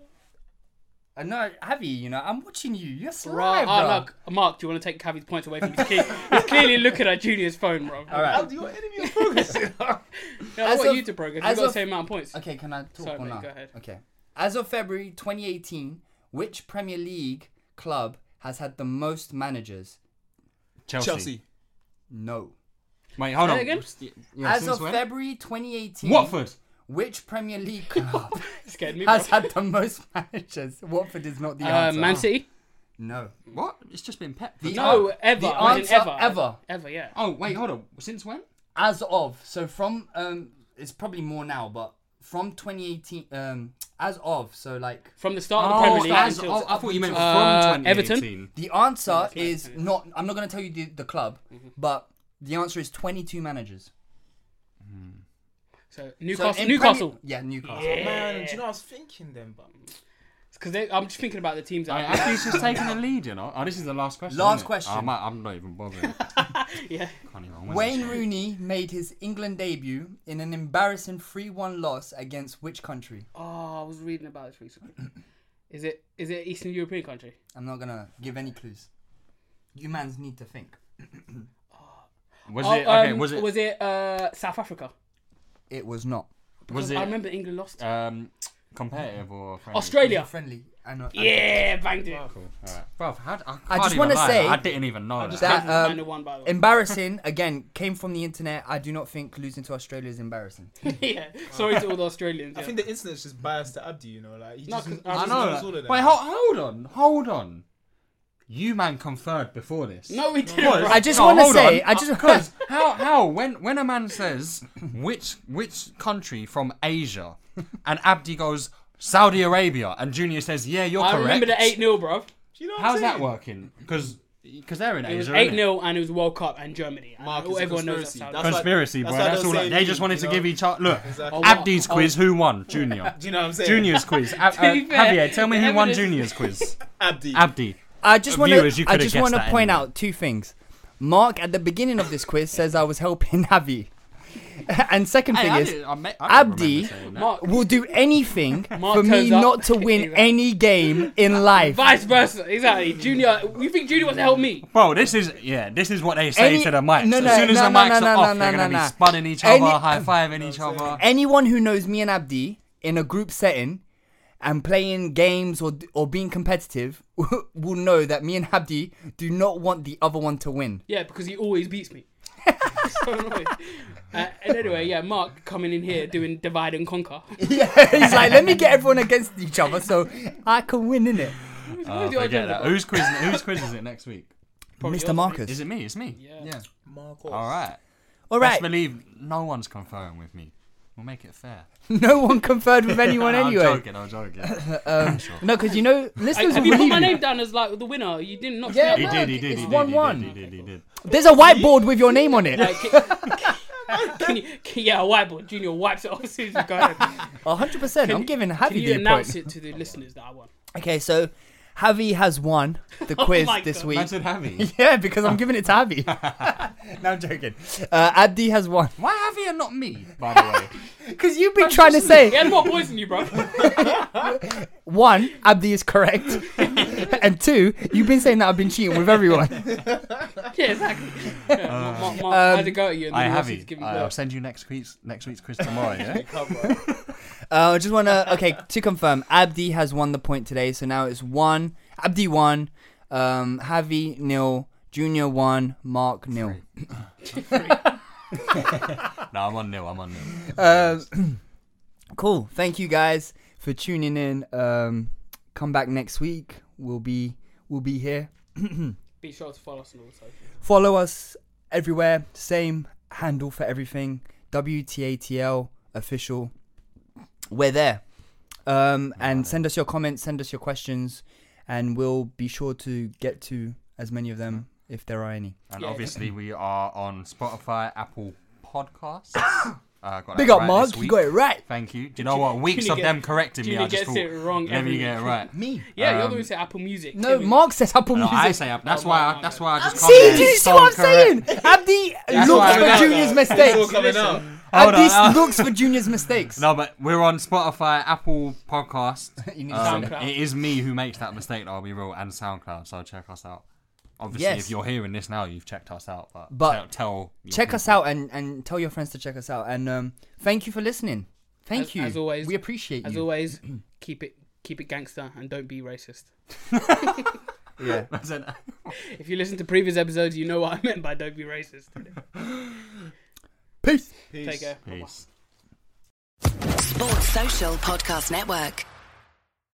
Uh, no, Abby, you know, I'm watching you. You're Right, sly, oh, ah, bro. look, Mark, do you want to take Cavi's points away from him? He's cle- He's clearly looking at Junior's phone, bro. All right. How do your enemy of progress? I As want of- you to progress. as We've got the of- same amount of points. Okay, can I talk Sorry, or mate, not? go ahead. Okay. As of February 2018, which Premier League club has had the most managers? Chelsea. Chelsea. No. Wait, hold Say on. it again? Yeah, As since of when? February 2018, Watford. which Premier League club Scared me. has bro. had the most managers? Watford is not the Uh, answer. Man City. No. What? It's just been Pep. for The time. No, ever. The I mean, answer ever. ever. Ever, yeah. Oh wait, hold on. Since when? as of so from um it's probably more now but from 2018 um as of so like From the start of the Premier League as, until oh, I thought you meant Uh, from 2018. Everton? the answer is not i'm not going to tell you the, the club Mm-hmm. but the answer is 22 managers so So Newcastle. in Premier- Newcastle. yeah newcastle Man, do you know I was thinking then, but Because I'm just thinking about the teams. Right, That Abdi's just taking the lead, you know. Oh, this is the last question. Last isn't it? question. I might, I'm not even bothering. yeah. Can't even win wayne this. rooney made his england debut in an embarrassing 3-1 loss against which country Oh, I was reading about this recently. Is it is it Eastern European country? i'm not going to give any clues you mans need to think Was Oh, it? Okay, um, was it? Was it uh, South Africa? it was not Was it? I remember England lost. um, competitive or friendly? Australia. friendly uh, i know Yeah, banged it. Cool. All right. Bruv, how, I, can't just even wanna lie, say I didn't even know that. that um, Minor one, by the way. Embarrassing again came from the internet. I do not think losing to Australia is embarrassing. yeah. Sorry to all the Australians. I yeah. think the internet's just biased to Abdi. You know, like he No, just, 'cause he I I just know. knows that. all of them. Wait, hold, hold on, hold on. You man conferred before this. No, we didn't. Because- bro. I just No, want to hold say, on. I just because how how when when a man says which which country from Asia, and Abdi goes Saudi Arabia, and Junior says yeah you're I correct. remember the 8 0, bro. Do you know what I'm How's that saying? working? Because they're in It was Asia. 8 innit? 0 and it was World Cup and Germany. And Mark, it's a everyone knows conspiracy. that's That's how like- Conspiracy, bro. that's like That's they'll all. say They just me, wanted you to know? give each other. Look, Exactly. Abdi's quiz. Who won? Junior. Do you know what I'm saying? Junior's quiz. Ab- To uh, be fair, Javier, tell me who won evidence- Junior's quiz. Abdi. Abdi. I just want Viewers, you to, I could've just guessed want to that point anyway. out two things. Mark at the beginning of this quiz says I was helping Navi. and second Hey, thing I is, didn't- I ma- I don't remember Abdi saying that. Mark, will do anything for me turns up. not to win Exactly. any game in life. vice versa. Exactly. Junior, you think Junior wants to help me? Bro, this is yeah. This is what they say Any- to the mics. no, no, as soon as no, the no, mics no, are no, off, no, they're no, gonna no. be spotting each Any- other, high fiving each other. Anyone who knows me and Abdi in a group setting and playing games or or being competitive will know that me and Abdi do not want the other one to win. Yeah, because he always beats me. so annoying. Uh, and anyway, yeah, Mark coming in here doing divide and conquer. He's like, let me get everyone against each other so I can win in it. Oh, forget that. Who's quiz? Whose quiz is it next week? Mr. Marcus. Is it me? It's me. Yeah. Marcos. All right. All Best right. believe no one's conferring with me. We'll make it fair. No one conferred with anyone anyway. I'm joking. I'm joking. No, because you know, I, listeners have will you put believe my you. name down as like the winner? You didn't knock Yeah, me He out. no. did. He did. He it's did. he 1-1. did, He did. He did. There's a whiteboard with your name on it. Like, can, can you, can, yeah, a whiteboard. Junior wipes it off as soon as you go ahead. Can 100%. I'm you- giving Javi Can you the announce point. it to the listeners that I won? Okay, so Javi has won the quiz Oh my this God. week. Imagine Javi. Yeah, because I'm giving it to Javi. no, I'm joking. Uh, Abdi has won. Why Javi and not me? By the way. Because you've been trying to say He had more points than you, bro. one, Abdi is correct, and two, you've been saying that I've been cheating with everyone. yeah, exactly. Yeah, Mark, Mark, Mark I had to go at you, and I then have Rossi's it. giving I- I'll blood. send you next week's next week's quiz tomorrow. Yeah. Uh, I just want to okay to confirm, Abdi has won the point today, so now it's one. Abdi one, um, Javi nil, Junior one, Mark nil. no, I'm on nil. I'm on nil. Cool. Thank you guys for tuning in. Um, come back next week. We'll be we'll be here. Be sure to follow us on all socials. Follow us everywhere. Same handle for everything. WTATL official. We're there. Um, and send us your comments, send us your questions, and we'll be sure to get to as many of them Mm-hmm. if there are any. And Yeah, obviously, we are on Spotify, Apple Podcasts. uh, got Big that up, right Mark. this You week. got it right. Thank you. Do you know what? Weeks Junior of them gets- correcting me. Junior I just gets thought, it wrong Let every me get it week. right. Me. Yeah, you're the Um, one who said Apple Music. No, Every week. Mark says Apple No, Music. I say that's Oh, why. my I, that's why I just See, can't. do you get see what I'm so correct. saying? Abdi That's looks why we for don't Junior's go. mistakes. coming out. Hold Abdi on, uh, looks for Junior's mistakes. No, but we're on Spotify, Apple Podcast. You need Um, SoundCloud. it is me who makes that mistake. I'll be real, and SoundCloud. So check us out. Obviously, Yes. if you're hearing this now, you've checked us out. But, But tell, tell your check us people. out and, and tell your friends to check us out. And um, thank you for listening. Thank As- you. as always- we appreciate As you. always, keep it keep it gangster and don't be racist. Yeah. If you listen to previous episodes, you know what I meant by don't be racist. Peace. Take care. Peace. Sports Social Podcast Network.